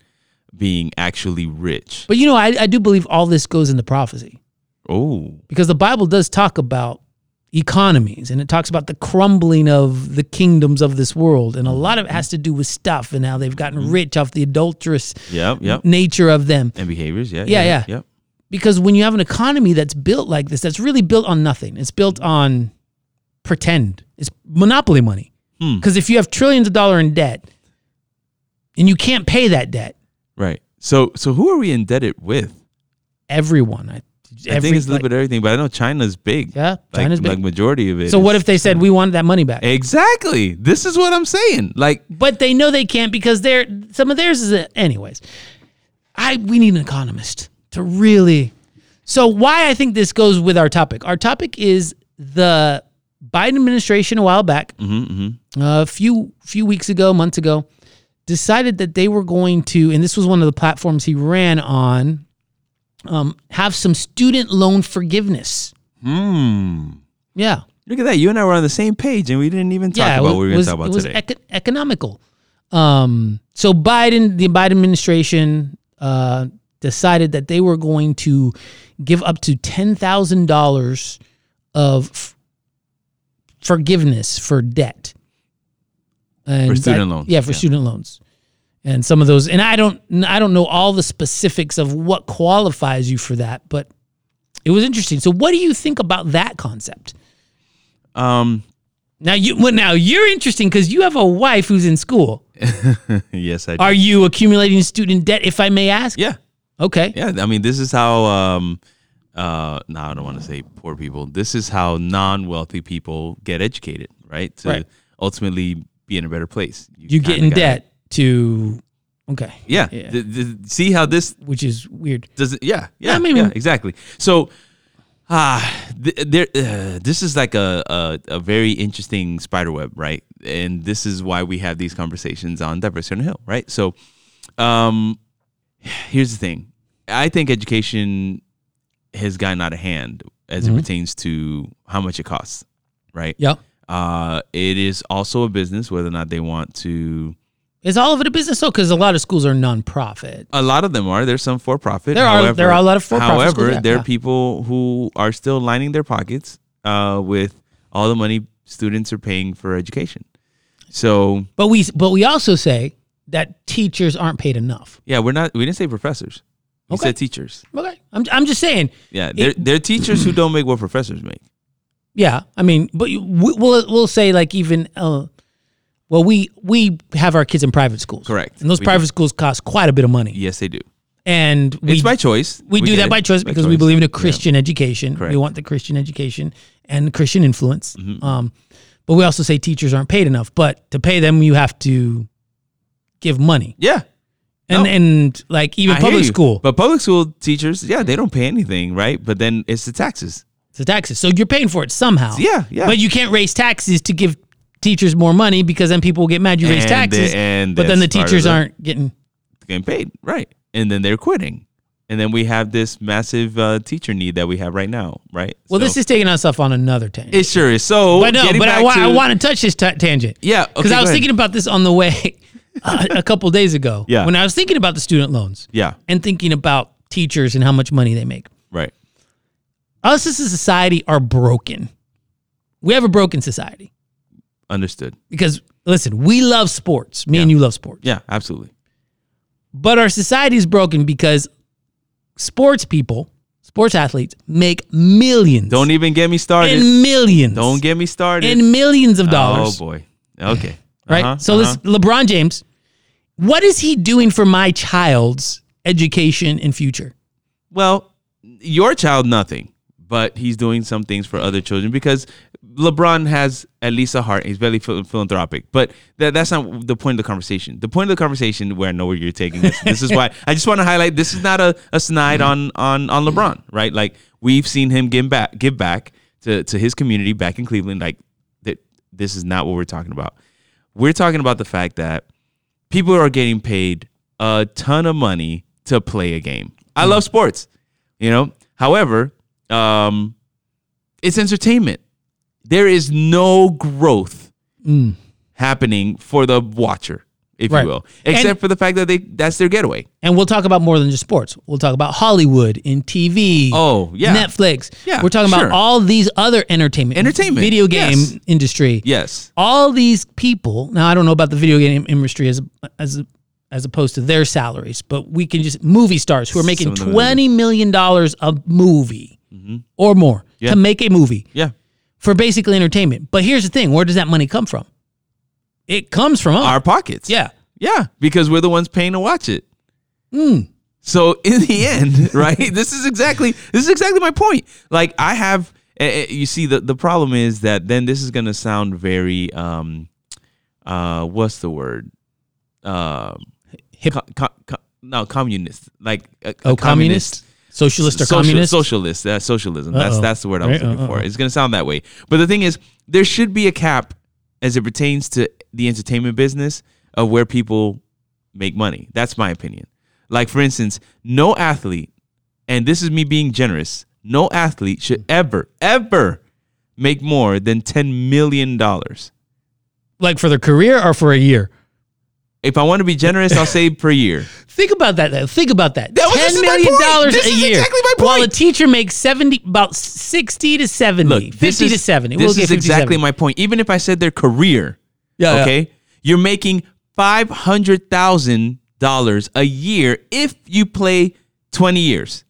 S1: being actually rich?
S2: But you know, I, I do believe all this goes into prophecy
S1: Oh,
S2: because the Bible does talk about economies and it talks about the crumbling of the kingdoms of this world. And a lot of it
S1: Mm-hmm.
S2: has to do with stuff and how they've gotten rich off the adulterous
S1: yep, Mm-hmm. yep.
S2: nature of them.
S1: and behaviors. Yeah,
S2: Yeah, yeah.
S1: Yep.
S2: Because when you have an economy that's built like this, that's really built on nothing, it's built on pretend, it's monopoly money.
S1: Hmm.
S2: Because if you have trillions of dollars in debt and you can't pay that debt,
S1: Right. So, so who are we indebted with?
S2: everyone, I,
S1: I think it's a
S2: like-
S1: little bit of everything, but I know China's big.
S2: Yeah,
S1: like,
S2: China's big.
S1: like majority of it.
S2: So what
S1: is-
S2: if they said we want that money back?
S1: exactly? This is what I'm saying. Like,
S2: But they know they can't because they're some of theirs is a, anyways. I we need an economist to really. So why I think this goes with our topic. Our topic is the Biden administration a while back, uh, a few few weeks ago, months ago, decided that they were going to, and this was one of the platforms he ran on, um, have some student loan forgiveness.
S1: hmm.
S2: Yeah.
S1: Look at that. You and I were on the same page, and we didn't even talk about
S2: it
S1: what we were going to
S2: was-
S1: talk about
S2: it was
S1: today.
S2: eco- economical. Um, so Biden, the Biden administration, uh, decided that they were going to give up to ten thousand dollars of f- forgiveness for debt and
S1: For student loans,
S2: Yeah, for
S1: yeah.
S2: student loans. And some of those, and I don't, I don't know all the specifics of what qualifies you for that, but it was interesting. So, what do you think about that concept?
S1: um,
S2: Now you well, now you're interesting because you have a wife who's in school.
S1: yes, I. Do.
S2: Are you accumulating student debt, if I may ask?
S1: yeah,
S2: Okay.
S1: yeah. I mean, this is how. Um, uh, no, I don't want to say poor people. This is how non-wealthy people get educated, right? To
S2: Right.
S1: ultimately be in a better place.
S2: You get
S1: kinda
S2: in
S1: gotta-
S2: debt to okay.
S1: Yeah.
S2: Yeah.
S1: Th- th- see how this
S2: Which is weird.
S1: does it yeah yeah
S2: I mean-
S1: yeah exactly so ah th- there uh, this is like a, a a very interesting spider web right and this is why we have these conversations on diversity on the hill right so um here's the thing i think education has gotten out of hand as it pertains to how much it costs, right?
S2: Yep.
S1: Uh, it is also a business whether or not they want to.
S2: Is all of it a business though? Because a lot of schools are nonprofit.
S1: A lot of them are. There's some for profit.
S2: There are-
S1: However,
S2: there are a lot of for-profit
S1: However,
S2: schools, yeah,
S1: there are
S2: yeah.
S1: people who are still lining their pockets uh, with all the money students are paying for education. So
S2: But we but we also say that teachers aren't paid enough.
S1: yeah, we're not. We didn't say professors. We
S2: Okay.
S1: said teachers.
S2: Okay, I'm I'm just saying.
S1: Yeah, they're, they're teachers who don't make what professors make.
S2: Yeah, I mean, but you, we, we'll we'll say like even uh, well we we have our kids in private schools,
S1: Correct.
S2: And those
S1: We do.
S2: private schools cost quite a bit of money,
S1: Yes, they do.
S2: and we
S1: It's by choice.
S2: we, do
S1: get
S2: that
S1: it.
S2: by choice because we
S1: choice.
S2: believe in a Christian education.
S1: Correct. Mm-hmm.
S2: We want the Christian education and Christian influence. Um, but we also say teachers aren't paid enough. But to pay them, you have to give money,
S1: Yeah,
S2: and
S1: No.
S2: and like even
S1: I hear
S2: public
S1: you.
S2: school,
S1: But public school teachers, yeah, they don't pay anything, right? But then it's the taxes.
S2: it's the taxes. So you're paying for it somehow.
S1: Yeah, yeah.
S2: But you can't raise taxes to give teachers more money because then people will get mad you raise
S1: And
S2: taxes.
S1: the- and
S2: but then the
S1: that's part of
S2: teachers
S1: the-
S2: aren't getting.
S1: getting paid, right? And then they're quitting, and then we have this massive uh, teacher need that we have right now, right?
S2: Well, this is taking us off on another tangent.
S1: it. Sure is. So,
S2: but no,
S1: getting
S2: but I,
S1: back
S2: wa- I
S1: to-
S2: want to touch this ta tangent.
S1: Yeah,
S2: because
S1: okay,
S2: I
S1: go
S2: was
S1: ahead.
S2: thinking about this on the way uh, a couple days ago.
S1: Yeah.
S2: when I was thinking about the student loans
S1: Yeah,
S2: and thinking about teachers and how much money they make.
S1: right.
S2: Us as a society are broken. We have a broken society
S1: Understood.
S2: because listen, we love sports. Me and you love sports.
S1: Yeah, absolutely.
S2: But our society is broken because sports people, sports athletes make 1000000s
S1: Don't even get me started.
S2: and millions
S1: Don't get me started.
S2: and millions of
S1: oh
S2: dollars,
S1: boy. Okay.
S2: right?
S1: Uh-huh,
S2: so
S1: uh-huh.
S2: this LeBron James, what is he doing for my child's education and future?
S1: Well, your child nothing, but he's doing some things for other children because LeBron has at least a heart. He's very phil- philanthropic, but that, that's not the point of the conversation. The point of the conversation, where I know where you're taking this, this is why I just want to highlight. This is not a, a snide on on on LeBron, right? Like we've seen him give back give back to to his community back in Cleveland. Like that, this is not what we're talking about. We're talking about the fact that people are getting paid a ton of money to play a game. I love sports, you know. However, um, it's entertainment. There is no growth happening for the watcher, if
S2: Mm. Right.
S1: you will, except
S2: And-
S1: for the fact that they—that's their getaway.
S2: And we'll talk about more than just sports. We'll talk about Hollywood and TV.
S1: Oh, yeah.
S2: Netflix.
S1: Yeah,
S2: We're talking about
S1: sure.
S2: all these other entertainment,
S1: Entertainment,
S2: video game
S1: yes.
S2: industry.
S1: Yes,
S2: all these people now i don't know about the video game industry as as as opposed to their salaries but we can just movie stars who are making
S1: Some of them are Mm-hmm.
S2: 20 million dollars a movie or more to make a movie
S1: yeah.
S2: for basically entertainment but here's the thing where does that money come from it comes from us
S1: Our pockets.
S2: yeah
S1: Yeah, because we're the ones paying to watch it.
S2: Hmm.
S1: So in the end, right? this is exactly this is exactly my point. Like I have, eh, eh, you see, the the problem is that then this is going to sound very, um, uh, what's the word? Uh,
S2: Hip-
S1: co- co- co- no, communist. Like a, a
S2: oh communist, socialist or
S1: social-
S2: communist
S1: Socialist. Uh, socialism. That's
S2: Uh-oh.
S1: that's the word I was
S2: Right,
S1: looking for.
S2: uh-uh.
S1: It's gonna sound that way. But the thing is, there should be a cap as it pertains to the entertainment business of where people make money. That's my opinion. Like for instance, no athlete, and this is me being generous, no athlete should
S2: Hmm.
S1: ever, ever make more than ten million dollars.
S2: like for their career or for a year
S1: If I want to be generous, I'll say per year.
S2: Think about that. Though. Think about that.
S1: That was- this
S2: Ten
S1: is my
S2: million
S1: point.
S2: dollars
S1: This
S2: a
S1: is
S2: year,
S1: exactly my
S2: while a
S1: point.
S2: teacher makes seventy, about sixty to seventy,
S1: Look, this
S2: fifty to
S1: is-
S2: seventy.
S1: This
S2: we'll
S1: is
S2: get 50 to
S1: exactly
S2: 70.
S1: my point. Even if I said their career,
S2: Yeah, yeah.
S1: okay, you're making five hundred thousand dollars a year if you play twenty years.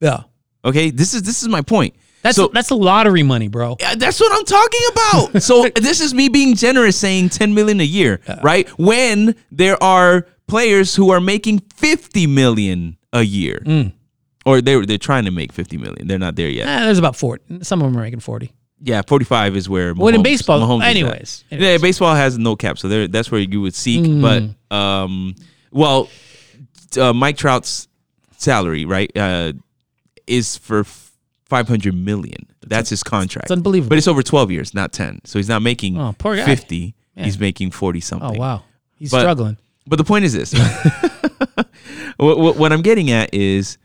S2: yeah.
S1: Okay, this is this is my point.
S2: That's
S1: so.
S2: that's a lottery money, bro. Eh,
S1: Yeah, that's what I'm talking about. so this is me being generous, saying 10 million a year, right? When there are players who are making 50 million a year,
S2: Mm.
S1: or they they're trying to make 50 million. They're not there yet.
S2: Eh, there's about forty. Some of them are making forty.
S1: Yeah, 45 is where.
S2: Well, in
S1: Mahomes-
S2: baseball-
S1: Mahomes is at.
S2: anyways,
S1: Yeah,
S2: anyways. Mm.
S1: baseball has no cap, so there that's where you would seek. But um, well, uh, Mike Trout's salary, right, uh, is for f- 500 million. That's his contract.
S2: it's unbelievable.
S1: But it's over 12 years, not 10. So he's not making
S2: Oh, poor guy.
S1: 50. He's making 40
S2: Oh
S1: something.
S2: wow, he's
S1: But-
S2: struggling.
S1: But the point is this: what, what, what I'm getting at is,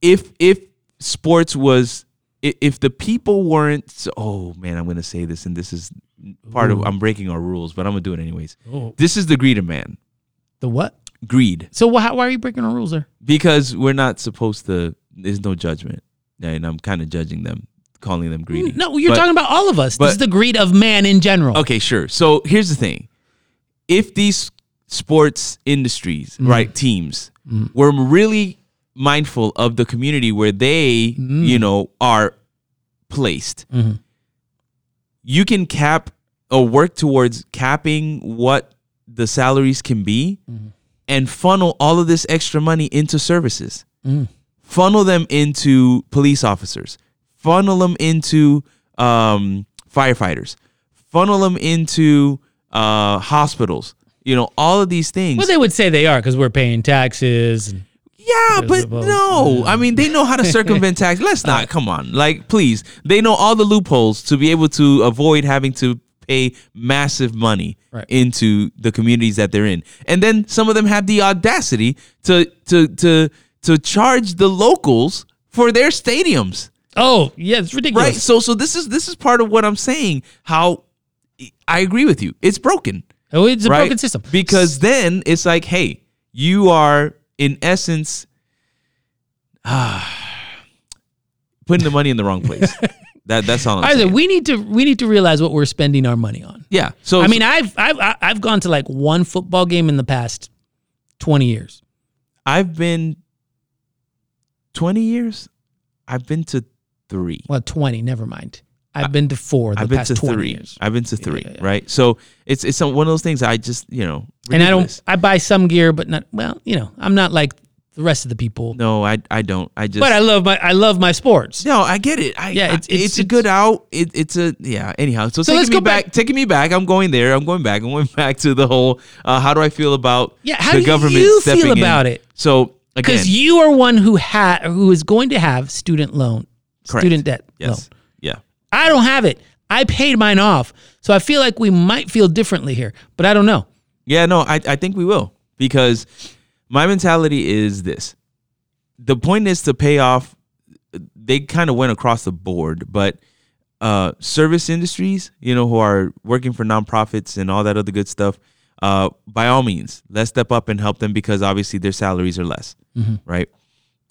S1: if if sports was i- if the people weren't so, oh man i'm gonna say this and this is part of i'm breaking our rules but i'm gonna do it anyways
S2: Oh.
S1: this is the greed of man
S2: The what?
S1: greed
S2: So wh- how, why are you breaking the rules there?
S1: because we're not supposed to there's no judgment and i'm kind of judging them calling them greedy
S2: No, you're
S1: But-
S2: talking about all of us.
S1: but-
S2: this is the greed of man in general.
S1: Okay, sure. So here's the thing: if these sports industries, right, teams, were really mindful of the community where they, you know, are placed, you can cap or work towards capping what the salaries can be, and funnel all of this extra money into services funnel them into police officers, funnel them into um, firefighters, funnel them into uh, hospitals. You know, all of these things.
S2: Well, they would say they are because we're paying taxes. And,
S1: yeah, but
S2: about-
S1: no. I mean, they know how to circumvent tax. Let's not. Come on. Like, please. They know all the loopholes to be able to avoid having to pay massive money
S2: Right.
S1: into the communities that they're in. And then some of them have the audacity to to to to charge the locals for their stadiums
S2: oh, yeah, it's ridiculous.
S1: right so so this is this is part of what i'm saying how i agree with you it's broken
S2: Oh, it's a
S1: right
S2: broken system.
S1: because then it's like hey you are in essence putting the money in the wrong place that that's all i'm
S2: either
S1: saying
S2: we need to we need to realize what we're spending our money on.
S1: yeah so
S2: I mean, I've I've I- I've gone to like one football game in the past twenty years.
S1: i've been 20 years i've been to three
S2: Well, twenty. Never mind. I've been to four the
S1: I've been
S2: past
S1: to
S2: twenty
S1: three.
S2: years,
S1: I've been to three,
S2: yeah, yeah.
S1: right? So it's it's some- one of those things I just you know,
S2: and I
S1: ridiculous.
S2: don't. I buy some gear, but not. Well, you know, I'm not like the rest of the people.
S1: No, I I don't. I just
S2: but I love my I love my sports.
S1: No, I get it. I, yeah,
S2: Yeah, it's-
S1: it's,
S2: it's-
S1: a
S2: it's-
S1: good out. It, it's a yeah. Anyhow, so, taking
S2: let's
S1: me
S2: go back-
S1: back, taking me back. I'm going there. I'm going back. I'm going back to the whole. Uh, how do I feel about
S2: Yeah, how
S1: the
S2: do
S1: government
S2: you feel
S1: stepping in?
S2: about it?
S1: So again,
S2: Because you are one who ha- who is going to have student loan,
S1: Correct.
S2: student debt loan.
S1: yes, yeah,
S2: I don't have it. I paid mine off, so I feel like we might feel differently here, but I don't know.
S1: yeah. No, I I think we will because my mentality is this. The point is to pay off. They kind of went across the board, but uh, service industries, you know, who are working for nonprofits and all that other good stuff, uh, by all means, let's step up and help them because obviously their salaries are less, right?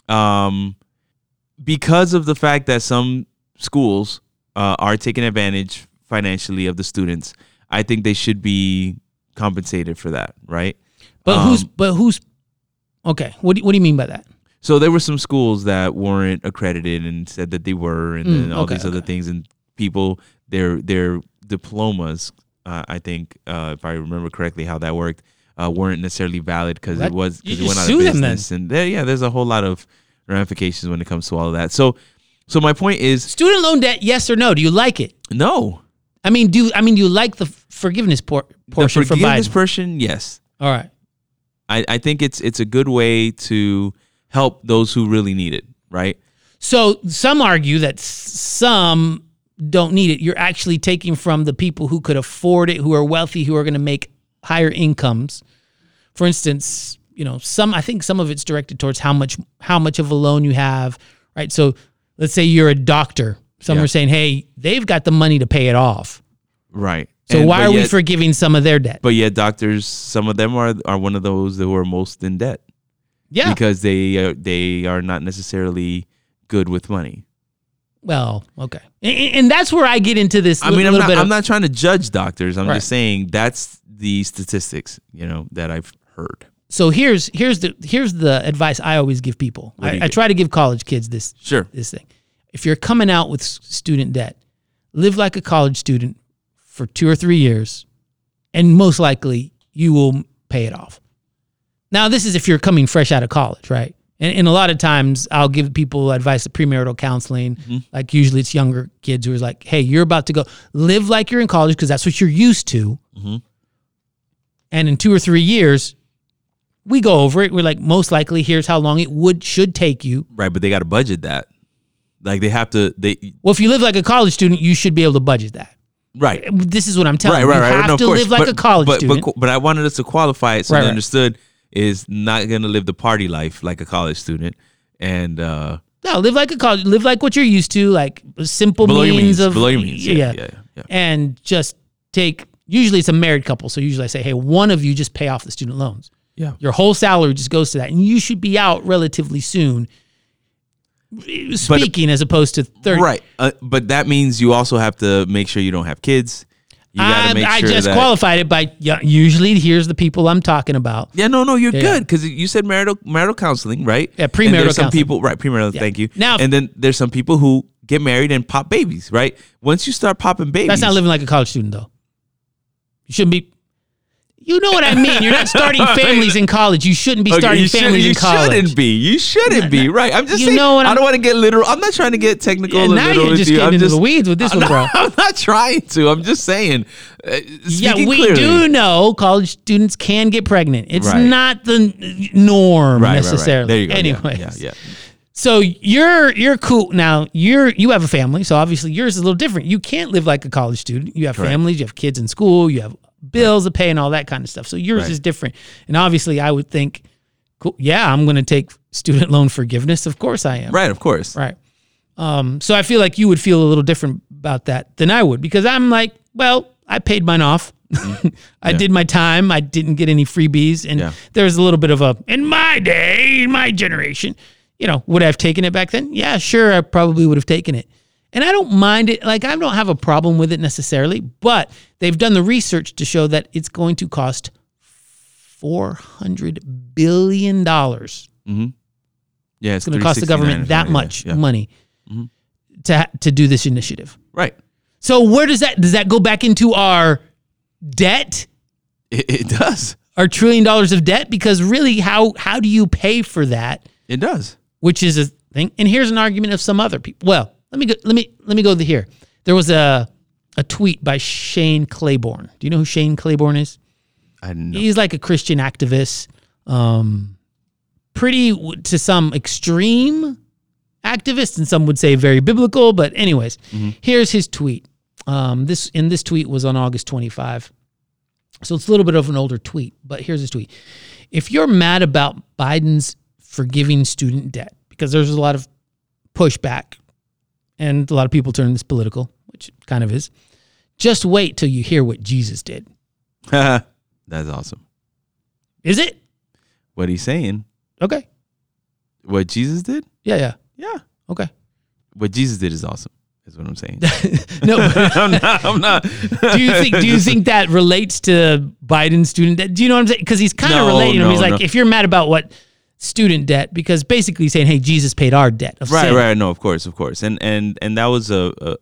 S1: Um, because of the fact that some schools uh, are taking advantage financially of the students, I think they should be compensated for that, right?
S2: But
S1: Um,
S2: who's but who's okay? What do, what do you mean by that?
S1: So there were some schools that weren't accredited and said that they were, and,
S2: Mm,
S1: then all
S2: okay,
S1: these other things. And people, their their diplomas, uh, I think, uh, if I remember correctly, how that worked, uh, weren't necessarily valid because
S2: That-
S1: it was
S2: you
S1: because it
S2: just
S1: went out
S2: sue
S1: of
S2: them then.
S1: business. And there, yeah, there's a whole lot of ramifications when it comes to all of that. So, so my point is,
S2: Student loan debt, yes or no? Do you like it?
S1: no,
S2: I mean, do I mean do you like the forgiveness por- portion
S1: the
S2: from Biden?
S1: forgiveness person, yes,
S2: All right.
S1: I, I think it's it's a good way to help those who really need it, right?
S2: So some argue that s- some don't need it. You're actually taking from the people who could afford it, who are wealthy, who are going to make higher incomes. For instance, you know, some I think some of it's directed towards how much how much of a loan you have, right? So let's say you're a doctor. Some
S1: Yeah.
S2: are saying, "Hey, they've got the money to pay it off."
S1: Right.
S2: So
S1: And-
S2: why
S1: but
S2: are we
S1: yet-
S2: forgiving some of their debt?
S1: But yet, doctors, some of them are are one of those who are most in debt
S2: yeah.
S1: because they are, they are not necessarily good with money.
S2: well, okay. A- a- And, that's where I get into this
S1: I
S2: li-
S1: mean, I'm not
S2: little bit of
S1: I'm not trying to judge doctors. I'm
S2: Right.
S1: just saying that's the statistics you know that I've heard.
S2: so here's here's the here's the advice I always give people.
S1: do you
S2: I, I
S1: give?
S2: try to give college kids this
S1: Sure.
S2: this thing. If you're coming out with s- student debt, live like a college student for two or three years, and most likely you will pay it off. Now, this is if you're coming fresh out of college, right? And, and a lot of times I'll give people advice of premarital counseling. Like usually it's younger kids who are like, hey, you're about to go live like you're in college because that's what you're used to. And in two or three years, we go over it. We're like, most likely here's how long it would should take you
S1: Right, but they got to budget that. Like they have to they
S2: well, if you live like a college student, you should be able to budget that.
S1: right.
S2: This is what I'm
S1: Right,
S2: telling you.
S1: right,
S2: you
S1: right.
S2: have
S1: No, of
S2: to
S1: course.
S2: live like
S1: but,
S2: a college
S1: but,
S2: student.
S1: But, but I wanted us to qualify it so
S2: Right,
S1: they
S2: right.
S1: understood is not going to live the party life like a college student. And uh,
S2: No, live like a college. Live like what you're used to, like simple
S3: Below your
S2: means
S3: means.
S2: of
S3: Below your means. Yeah, yeah, yeah.
S2: And just take. Usually it's a married couple, so usually I say, hey, one of you just pay off the student loans.
S3: Yeah.
S2: Your whole salary just goes to that, and you should be out relatively soon. Speaking as opposed to thirty.
S1: Right. Uh, but that means you also have to make sure you don't have kids. You gotta
S2: I,
S1: make
S2: I
S1: sure
S2: just
S1: that,
S2: qualified it by yeah, usually here's the people I'm talking about.
S1: Yeah, no, no, you're
S2: Yeah,
S1: good because you said marital marital counseling, right?
S2: Yeah,
S1: And
S2: premarital
S1: there's some
S2: counseling.
S1: people, right? Premarital. Thank you.
S2: Now-
S1: and then there's some people who get married and pop babies, right? Once you start popping babies,
S2: That's not living like a college student, though. You shouldn't be. You know what I mean. You're not starting families in college. You shouldn't be
S1: Okay,
S2: starting
S1: you should-
S2: families
S1: you
S2: in college.
S1: shouldn't be. You shouldn't be. Right. I'm just
S2: You
S1: saying.
S2: know what
S1: I
S2: I'm-
S1: don't want to get literal. I'm not trying to get technical.
S2: Yeah,
S1: and
S2: now
S1: literal
S2: you're
S1: with
S2: just
S1: you.
S2: getting
S1: I'm
S2: into
S1: just-
S2: the weeds with this
S1: I'm
S2: one, bro.
S1: not, I'm not trying to. I'm just saying. Uh,
S2: Yeah,
S1: speaking
S2: we
S1: clearly.
S2: do know college students can get pregnant. It's
S1: Right.
S2: not the n- norm
S1: Right, right, right.
S2: necessarily.
S1: There you go.
S2: Anyways.
S1: Yeah, yeah, yeah.
S2: So you're you're cool now. You're you have a family, so obviously yours is a little different. You can't live like a college student. You have families, you have kids in school, you have bills to pay, and all that kind of stuff. So yours
S1: Right.
S2: is different. And obviously, I would think, cool, yeah, I'm going to take student loan forgiveness. Of course, I am.
S1: Right. Of course.
S2: Right. Um, so I feel like you would feel a little different about that than I would because I'm like, well, I paid mine off. I did my time. I didn't get any freebies. And
S1: Yeah.
S2: there was a little bit of a, in my day, in my generation, you know, would I have taken it back then? Yeah, sure. I probably would have taken it. And I don't mind it. Like, I don't have a problem with it necessarily, but they've done the research to show that it's going to cost $400 billion
S1: Yeah. It's
S2: going to cost the
S1: 369 or
S2: government that
S1: something, yeah,
S2: much
S1: yeah. Mm-hmm.
S2: money to ha- to do this initiative.
S1: Right.
S2: So where does that does that go back into our debt,
S1: It, it does.
S2: our trillion dollars of debt? Because really, how how do you pay for that?
S1: It does.
S2: Which is a thing. And here's an argument of some other people. Well, let me go, let me let me go to here. There was a a tweet by Shane Claiborne. Do you know who Shane Claiborne is?
S1: I know.
S2: He's like a Christian activist, um, pretty w- to some extreme activist, and some would say very biblical. But anyways, here's his tweet. Um, this and this tweet was on August 25, so it's a little bit of an older tweet. But here's his tweet: If you're mad about Biden's forgiving student debt, because there's a lot of pushback, and a lot of people turn this political, which it kind of is. Just wait till you hear what Jesus did.
S1: That's awesome.
S2: Is it
S1: What he's saying,
S2: okay?
S1: what Jesus did,
S2: Yeah, yeah.
S1: yeah.
S2: Okay.
S1: What Jesus did is awesome. Is what I'm saying.
S2: No, but
S1: I'm not. I'm not.
S2: do you think do you think that relates to Biden's student debt? Do you know what I'm saying? Because he's kind of
S1: No,
S2: relating him.
S1: no,
S2: He's like,
S1: no.
S2: if you're mad about what student debt, because basically he's saying, hey, Jesus paid our debt. Of
S1: right
S2: sin.
S1: right no of course of course and and and that was a a,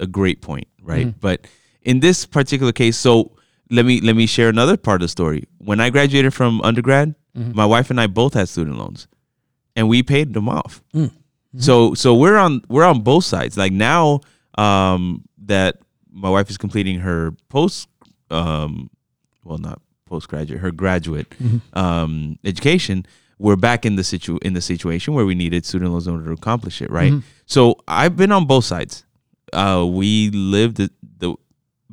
S1: a great point right
S2: Mm-hmm.
S1: but in this particular case so let me let me share another part of the story when i graduated from undergrad
S2: Mm-hmm.
S1: my wife and i both had student loans and we paid them off
S2: Mm. Mm-hmm.
S1: so so we're on we're on both sides like now um that my wife is completing her post um well not postgraduate her graduate um, education we're back in the situ in the situation where we needed student loans in order to accomplish it right so i've been on both sides uh, we lived the, the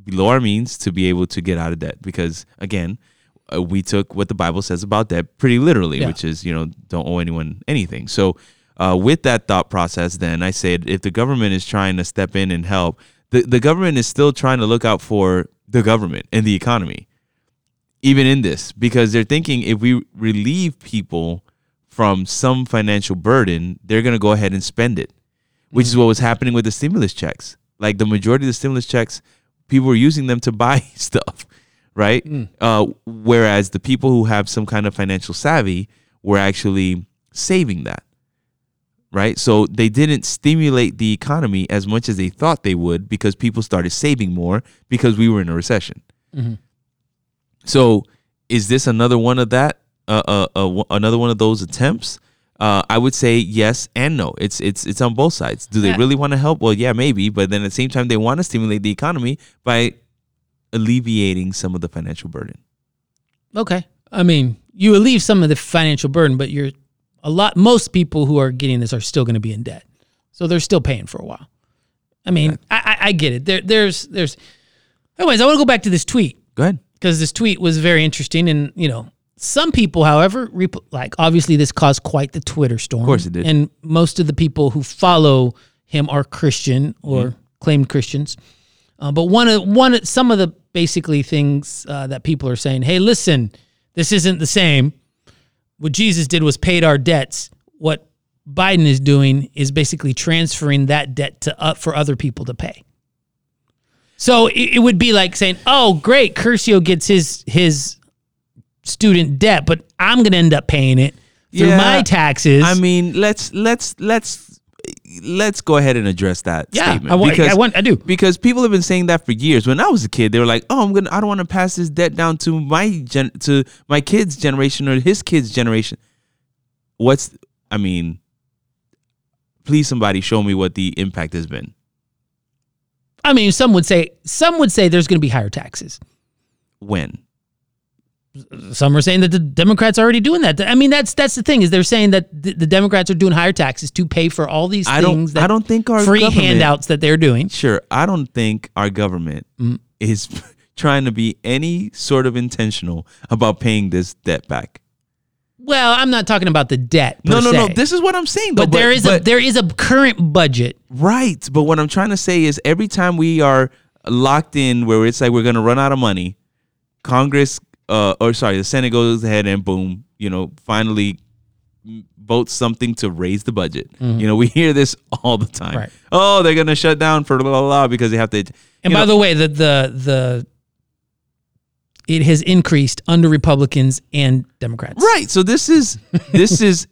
S1: below our means to be able to get out of debt because again uh, we took what the bible says about debt pretty literally
S2: Yeah.
S1: which is you know don't owe anyone anything so uh, with that thought process then i said if the government is trying to step in and help the, the government is still trying to look out for the government and the economy even in this because they're thinking if we relieve people from some financial burden, they're going to go ahead and spend it, which is what was happening with the stimulus checks. Like the majority of the stimulus checks, people were using them to buy stuff, right? Uh, whereas the people who have some kind of financial savvy were actually saving that right? So they didn't stimulate the economy as much as they thought they would because people started saving more because we were in a recession. So is this another one of that? Uh, uh, uh, w- another one of those attempts? Uh, I would say yes and no. It's it's it's on both sides. Do they
S2: Yeah.
S1: really want to help? Well, yeah, maybe, but then at the same time, they want to stimulate the economy by alleviating some of the financial burden.
S2: Okay. I mean, you relieve some of the financial burden, but you're a lot most people who are getting this are still going to be in debt. So they're still paying for a while. I mean, I, I, I get it. There there's there's anyways, I want to go back to this tweet.
S1: Go ahead.
S2: because this tweet was very interesting and you know Some people, however, rep- like obviously this caused quite the Twitter storm. Of
S1: course it did.
S2: And most of the people who follow him are Christian or
S1: Mm-hmm.
S2: claimed Christians. Uh, but one of one of- some of the basically things uh, that people are saying, hey, listen, this isn't the same. What Jesus did was paid our debts. What Biden is doing is basically transferring that debt to uh, for other people to pay. So it, it would be like saying, "Oh, great, Curcio gets his his student debt, but I'm going to end up paying it through
S1: Yeah,
S2: my taxes."
S1: I mean, let's let's let's let's go ahead and address that
S2: yeah,
S1: statement
S2: I want, I want, I do.
S1: because people have been saying that for years. When I was a kid, they were like, "Oh, I'm gonna, I don't want to pass this debt down to my gen, to my kid's generation or his kid's generation." What's, I mean, please somebody show me what the impact has been.
S2: I mean, some would say some would say there's going to be higher taxes.
S1: When
S2: Some are saying that the Democrats are already doing that. I mean, that's that's the thing is they're saying that the, the Democrats are doing higher taxes to pay for all these
S1: I don't,
S2: things that
S1: I don't think our
S2: free
S1: government-
S2: handouts that they're doing.
S1: Sure, I don't think our government
S2: Mm.
S1: is trying to be any sort of intentional about paying this debt back.
S2: Well, I'm not talking about the debt. per
S1: No, no, no.
S2: se.
S1: This is what I'm saying. Though,
S2: but, there is a
S1: but-
S2: there is a current budget.
S1: Right. But what I'm trying to say is every time we are locked in where it's like we're going to run out of money, Congress, uh, or sorry, the Senate goes ahead and boom, you know, finally votes something to raise the budget. You know, we hear this all the time.
S2: Mm-hmm. Right.
S1: Oh, they're going to shut down for blah, blah, blah because they have to.
S2: And
S1: you
S2: by
S1: know,
S2: the way, the the the it has increased under Republicans and Democrats.
S1: Right. So this is this is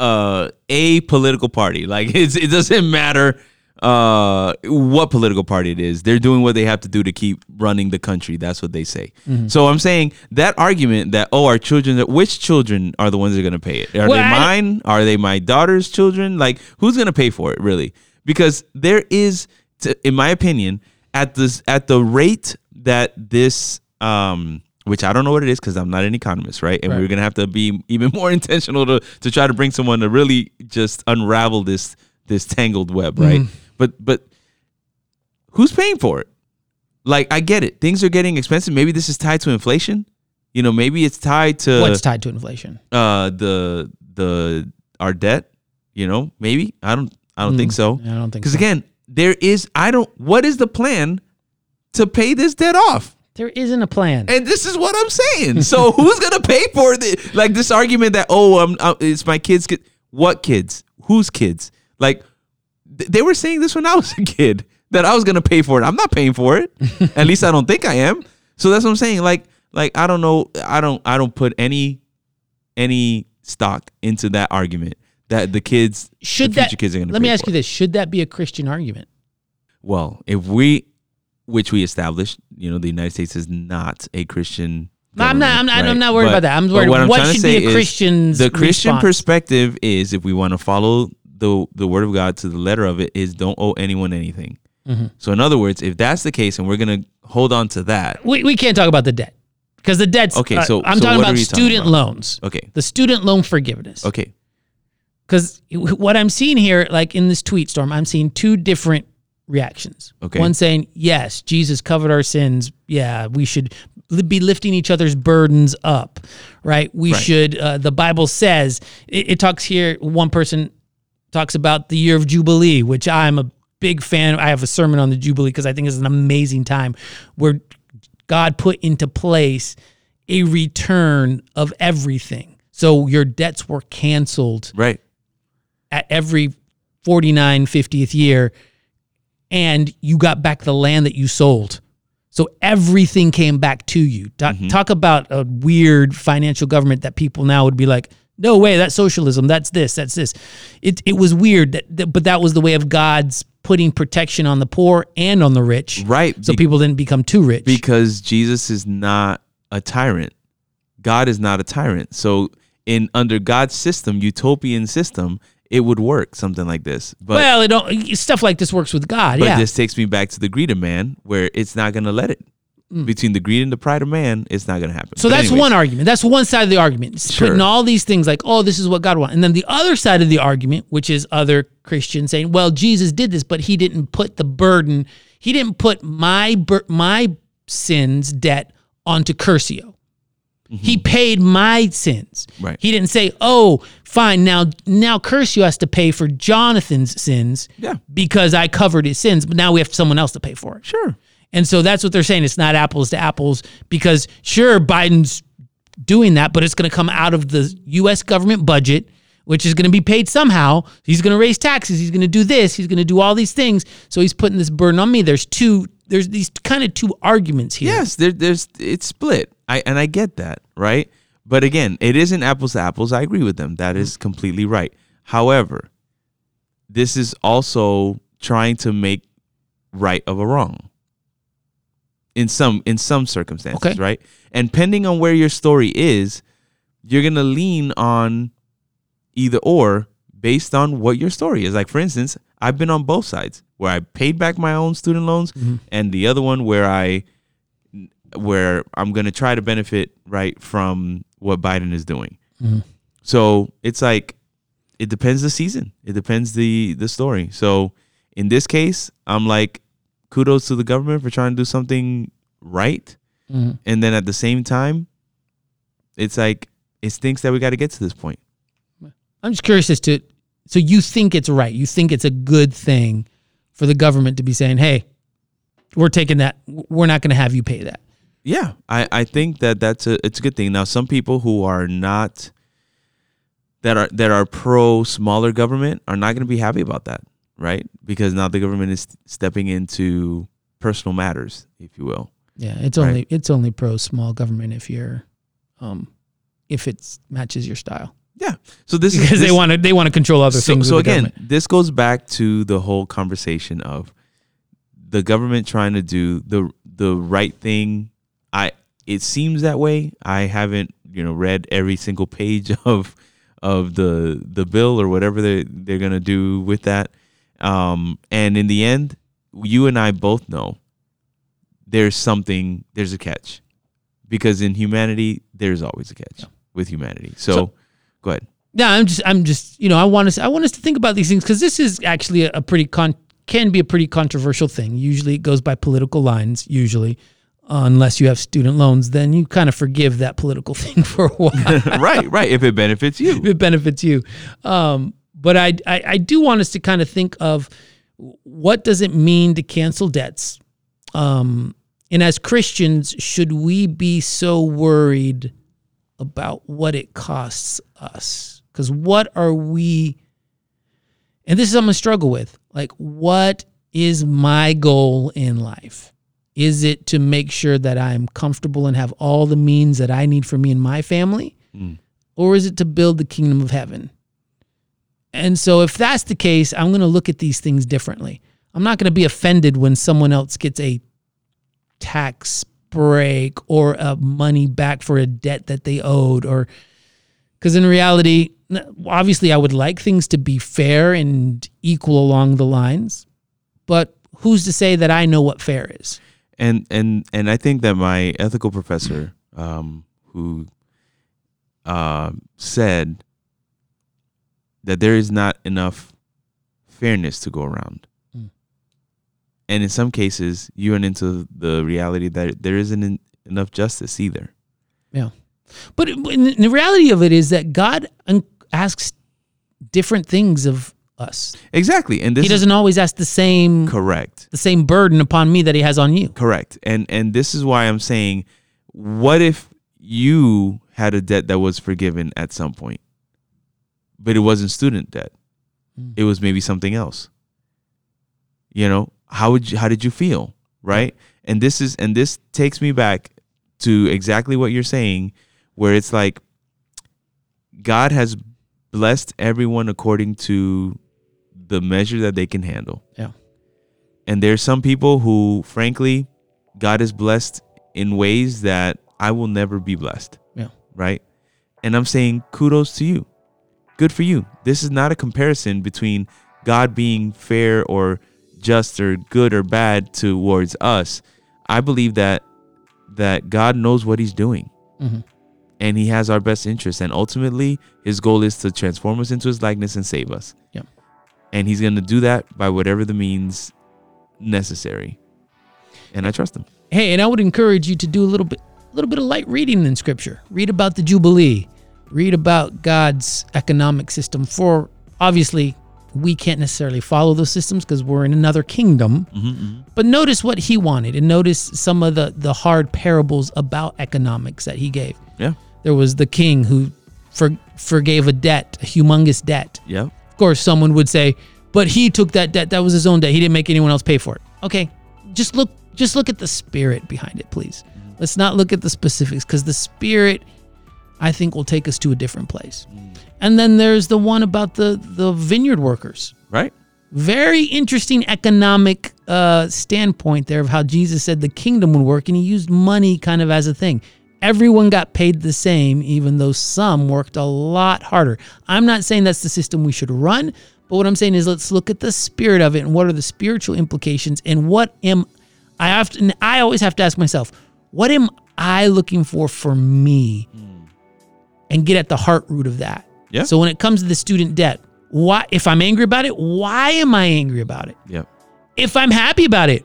S1: uh a political party. Like it's, it doesn't matter uh what political party it is. They're doing what they have to do to keep running the country. That's what they say.
S2: Mm-hmm.
S1: So I'm saying that argument that oh our children which children are the ones that are going to pay it? Are
S2: Well,
S1: they
S2: I don't-
S1: mine? Are they my daughter's children? Like who's going to pay for it really? Because there is t- in my opinion at this at the rate that this um which I don't know what it is because I'm not an economist, right? And we're gonna have to be even more intentional to to try to bring someone to really just unravel this this tangled web, right? But but who's paying for it? Like I get it, things are getting expensive. Maybe this is tied to inflation. You know, maybe it's tied to
S2: What's tied to inflation?
S1: uh, the the our debt. You know, maybe I don't I don't think so.
S2: Hmm. I don't think
S1: Because
S2: so.
S1: again, there is I don't. What is the plan to pay this debt off?
S2: there isn't a plan.
S1: And this is what I'm saying. So who's gonna pay for this? Like this argument that oh, um, uh, it's my kids. Kid. What kids? Whose kids? Like th- they were saying this when I was a kid that I was gonna pay for it. I'm not paying for it. At least I don't think I am. So that's what I'm saying. Like like I don't know. I don't I don't put any any stock into that argument that the kids
S2: Should
S1: the future
S2: that
S1: kids are gonna
S2: let me
S1: pay
S2: ask
S1: for
S2: you this? Should that be a Christian argument?
S1: well, if we, which we established, you know, the United States is not a Christian.
S2: No, I'm not-
S1: government,
S2: I'm- I'm
S1: right?
S2: not worried about that. I'm worried
S1: what
S2: what
S1: trying to
S2: should be a
S1: say is
S2: Christian's
S1: The Christian
S2: response.
S1: perspective is if we want to follow the the word of God to the letter of it is don't owe anyone anything.
S2: Mm-hmm.
S1: So in other words, if that's the case, and we're gonna hold on to that,
S2: We, we can't talk about the debt because the debt's
S1: Okay,
S2: uh,
S1: so-
S2: I'm
S1: so
S2: talking
S1: what are
S2: about
S1: you talking
S2: student
S1: about?
S2: loans,
S1: okay,
S2: the student loan forgiveness.
S1: okay,
S2: because what I'm seeing here, like in this tweet storm, I'm seeing two different reactions.
S1: Okay.
S2: One saying, yes, Jesus covered our sins. Yeah, we should li- be lifting each other's burdens up, right? We
S1: Right.
S2: should, uh, the Bible says, it, it talks here, one person talks about the year of Jubilee, which I'm a big fan. I have a sermon on the Jubilee because I think it's an amazing time where God put into place a return of everything. So your debts were canceled
S1: right,
S2: at every 49 50th year and you got back the land that you sold so everything came back to you talk,
S1: Mm-hmm.
S2: talk about a weird financial government that people now would be like no way that's socialism that's this that's this it, it was weird that, that- but that was the way of god's putting protection on the poor and on the rich
S1: right.
S2: so people didn't become too rich
S1: because Jesus is not a tyrant. God is not a tyrant. So in under God's system, utopian system, it would work something like this. But
S2: well it don't stuff like this works with god
S1: But
S2: yeah
S1: this takes me back to the greed of man, where it's not going to let it. Between the greed and the pride of man, it's not going to happen.
S2: Mm. So
S1: But
S2: that's
S1: anyways,
S2: one argument. That's one side of the argument. It's
S1: Sure.
S2: Putting all these things like, oh, this is what God wants. And then the other side of the argument, which is other Christians saying, well, Jesus did this, but he didn't put the burden, he didn't put my bur- my sins debt onto Curcio. He paid my sins.
S1: Mm-hmm. Right.
S2: He didn't say, "Oh, fine. Now, now, curse you has to pay for Jonathan's sins
S1: Yeah.
S2: because I covered his sins, but now we have someone else to pay for it."
S1: Sure.
S2: And so that's what they're saying. It's not apples to apples because sure, Biden's doing that, but it's going to come out of the U.S. government budget, which is going to be paid somehow. He's going to raise taxes. He's going to do this. He's going to do all these things. So he's putting this burden on me. There's two. There's these kind of two arguments here.
S1: Yes, there, there's it's split. I and I get that, right? But again, it isn't apples to apples. I agree with them.
S2: Mm.
S1: That is completely right. However, this is also trying to make right of a wrong. In some in some circumstances,
S2: Okay.
S1: right? And depending on where your story is, you're gonna lean on either or based on what your story is. Like for instance, I've been on both sides where I paid back my own student loans and the other one where I where I'm going to try to benefit right from what Biden is doing. So, it's like it depends the season. It depends the the story. So, in this case, I'm like kudos to the government for trying to do something right.
S2: Mhm.
S1: And then at the same time, it's like it stinks that we got to get to this point.
S2: I'm just curious as to. So you think it's right? You think it's a good thing for the government to be saying, "Hey, we're taking that. We're not going to have you pay that."
S1: Yeah, I, I think that that's a it's a good thing. Now, some people who are not that are that are pro smaller government are not going to be happy about that, right? Because now the government is stepping into personal matters, if you will.
S2: Yeah, it's
S1: Right.
S2: only it's only pro small government if you're, um, if it matches your style
S1: Yeah. So this
S2: because
S1: is
S2: they
S1: this-
S2: want to they want to control other
S1: so,
S2: things.
S1: so
S2: with the
S1: again,
S2: government.
S1: this goes back to the whole conversation of the government trying to do the the right thing. I it seems that way. I haven't you know read every single page of of the the bill or whatever they they're gonna do with that. Um, and in the end, you and I both know there's something there's a catch because in humanity there's always a catch with humanity. so
S2: So-
S1: go ahead.
S2: no, I'm just I'm just you know I want us I want us to think about these things because this is actually a, a pretty con can be a pretty controversial thing. Usually it goes by political lines. Usually, Uh, unless you have student loans, then you kind of forgive that political thing for a while.
S1: right, right. If it benefits you.
S2: it benefits you. Um, but I, I I do want us to kind of think of what does it mean to cancel debts, um, and as Christians, should we be so worried about what it costs us? Because what are we? And this is something I struggle with. Like, what is my goal in life? Is it to make sure that I'm comfortable and have all the means that I need for me and my family? or is it to build the kingdom of heaven? And so, if that's the case, I'm going to look at these things differently. I'm not going to be offended when someone else gets a tax break or a money back for a debt that they owed, or because in reality, n- obviously, I would like things to be fair and equal along the lines, but who's to say that I know what fair is?
S1: and and and I think that my ethical professor, um, who uh, said that there is not enough fairness to go around,
S2: Mm.
S1: and in some cases, you run into the reality that there isn't en- enough justice either.
S2: Yeah. But it- in the- the reality of it is that God un- asks different things of us.
S1: Exactly, and this
S2: he doesn't always ask the same
S1: is correct.
S2: the same burden upon me that he has on you.
S1: Correct. And and this is why I'm saying what if you had a debt that was forgiven at some point? But it wasn't student debt. It was maybe something else. You know, how would you, how did you feel, right? And this is and this takes me back to exactly what you're saying where it's like God has blessed everyone according to the measure that they can handle.
S2: Yeah.
S1: And there's some people who, frankly, God is blessed in ways that I will never be blessed,
S2: Yeah.
S1: right? And I'm saying kudos to you. Good for you. This is not a comparison between God being fair or just or good or bad towards us. I believe that that God knows what he's doing.
S2: Mhm.
S1: And he has our best interest and ultimately his goal is to transform us into his likeness and save us.
S2: Yeah.
S1: And he's going to do that by whatever the means necessary. And I trust him.
S2: Hey, and I would encourage you to do a little bit little bit of light reading in scripture. Read about the Jubilee, read about God's economic system for obviously we can't necessarily follow those systems because we're in another kingdom.
S1: Mm-hmm,
S2: But notice what he wanted and notice some of the the hard parables about economics that he gave.
S1: Yeah.
S2: There was the king who for, forgave a debt, a humongous debt.
S1: Yeah.
S2: Of course, someone would say, "But he took that debt. That was his own debt. He didn't make anyone else pay for it." Okay, just look, just look at the spirit behind it, please. Let's not look at the specifics because the spirit, I think, will take us to a different place. And then there's the one about the the vineyard workers.
S1: Right.
S2: Very interesting economic uh, standpoint there of how Jesus said the kingdom would work, and he used money kind of as a thing. Everyone got paid the same, even though some worked a lot harder. I'm not saying that's the system we should run, but what I'm saying is let's look at the spirit of it and what are the spiritual implications and what am I often I always have to ask myself, what am I looking for for me? and get at the heart root of that.
S1: Yeah.
S2: So when it comes to the student debt, why if I'm angry about it, why am I angry about it?
S1: Yeah.
S2: If I'm happy about it,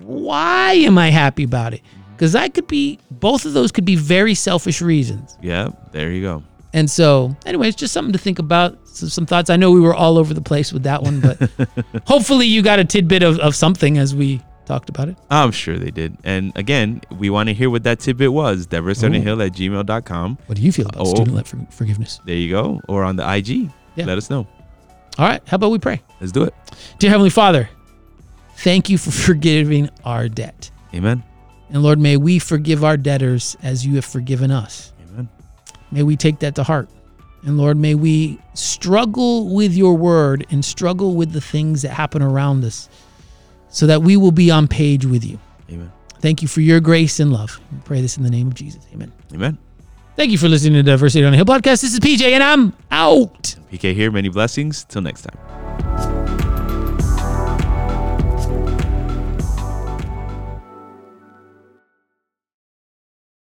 S2: why am I happy about it? Cuz I could be both of those could be very selfish reasons.
S1: Yeah. There you go.
S2: And so, anyways, just something to think about, so some thoughts. I know we were all over the place with that one, but hopefully you got a tidbit of, of something as we talked about it.
S1: I'm sure they did. And again, we want to hear what that tidbit was. Deborah Hill at gmail.com.
S2: What do you feel about
S1: Oh.
S2: student debt for- forgiveness?
S1: There you go. Or on the IG.
S2: Yeah.
S1: Let us know.
S2: All right, how about we pray?
S1: Let's do it.
S2: Dear Heavenly Father, thank you for forgiving our debt.
S1: Amen.
S2: And Lord, may we forgive our debtors as you have forgiven us.
S1: Amen.
S2: May we take that to heart. And Lord, may we struggle with your word and struggle with the things that happen around us so that we will be on page with you.
S1: Amen.
S2: Thank you for your grace and love. We pray this in the name of Jesus. Amen.
S1: Amen.
S2: Thank you for listening to Diversity on a Hill podcast. This is PJ, and I'm out.
S1: PK here. Many blessings. Till next time.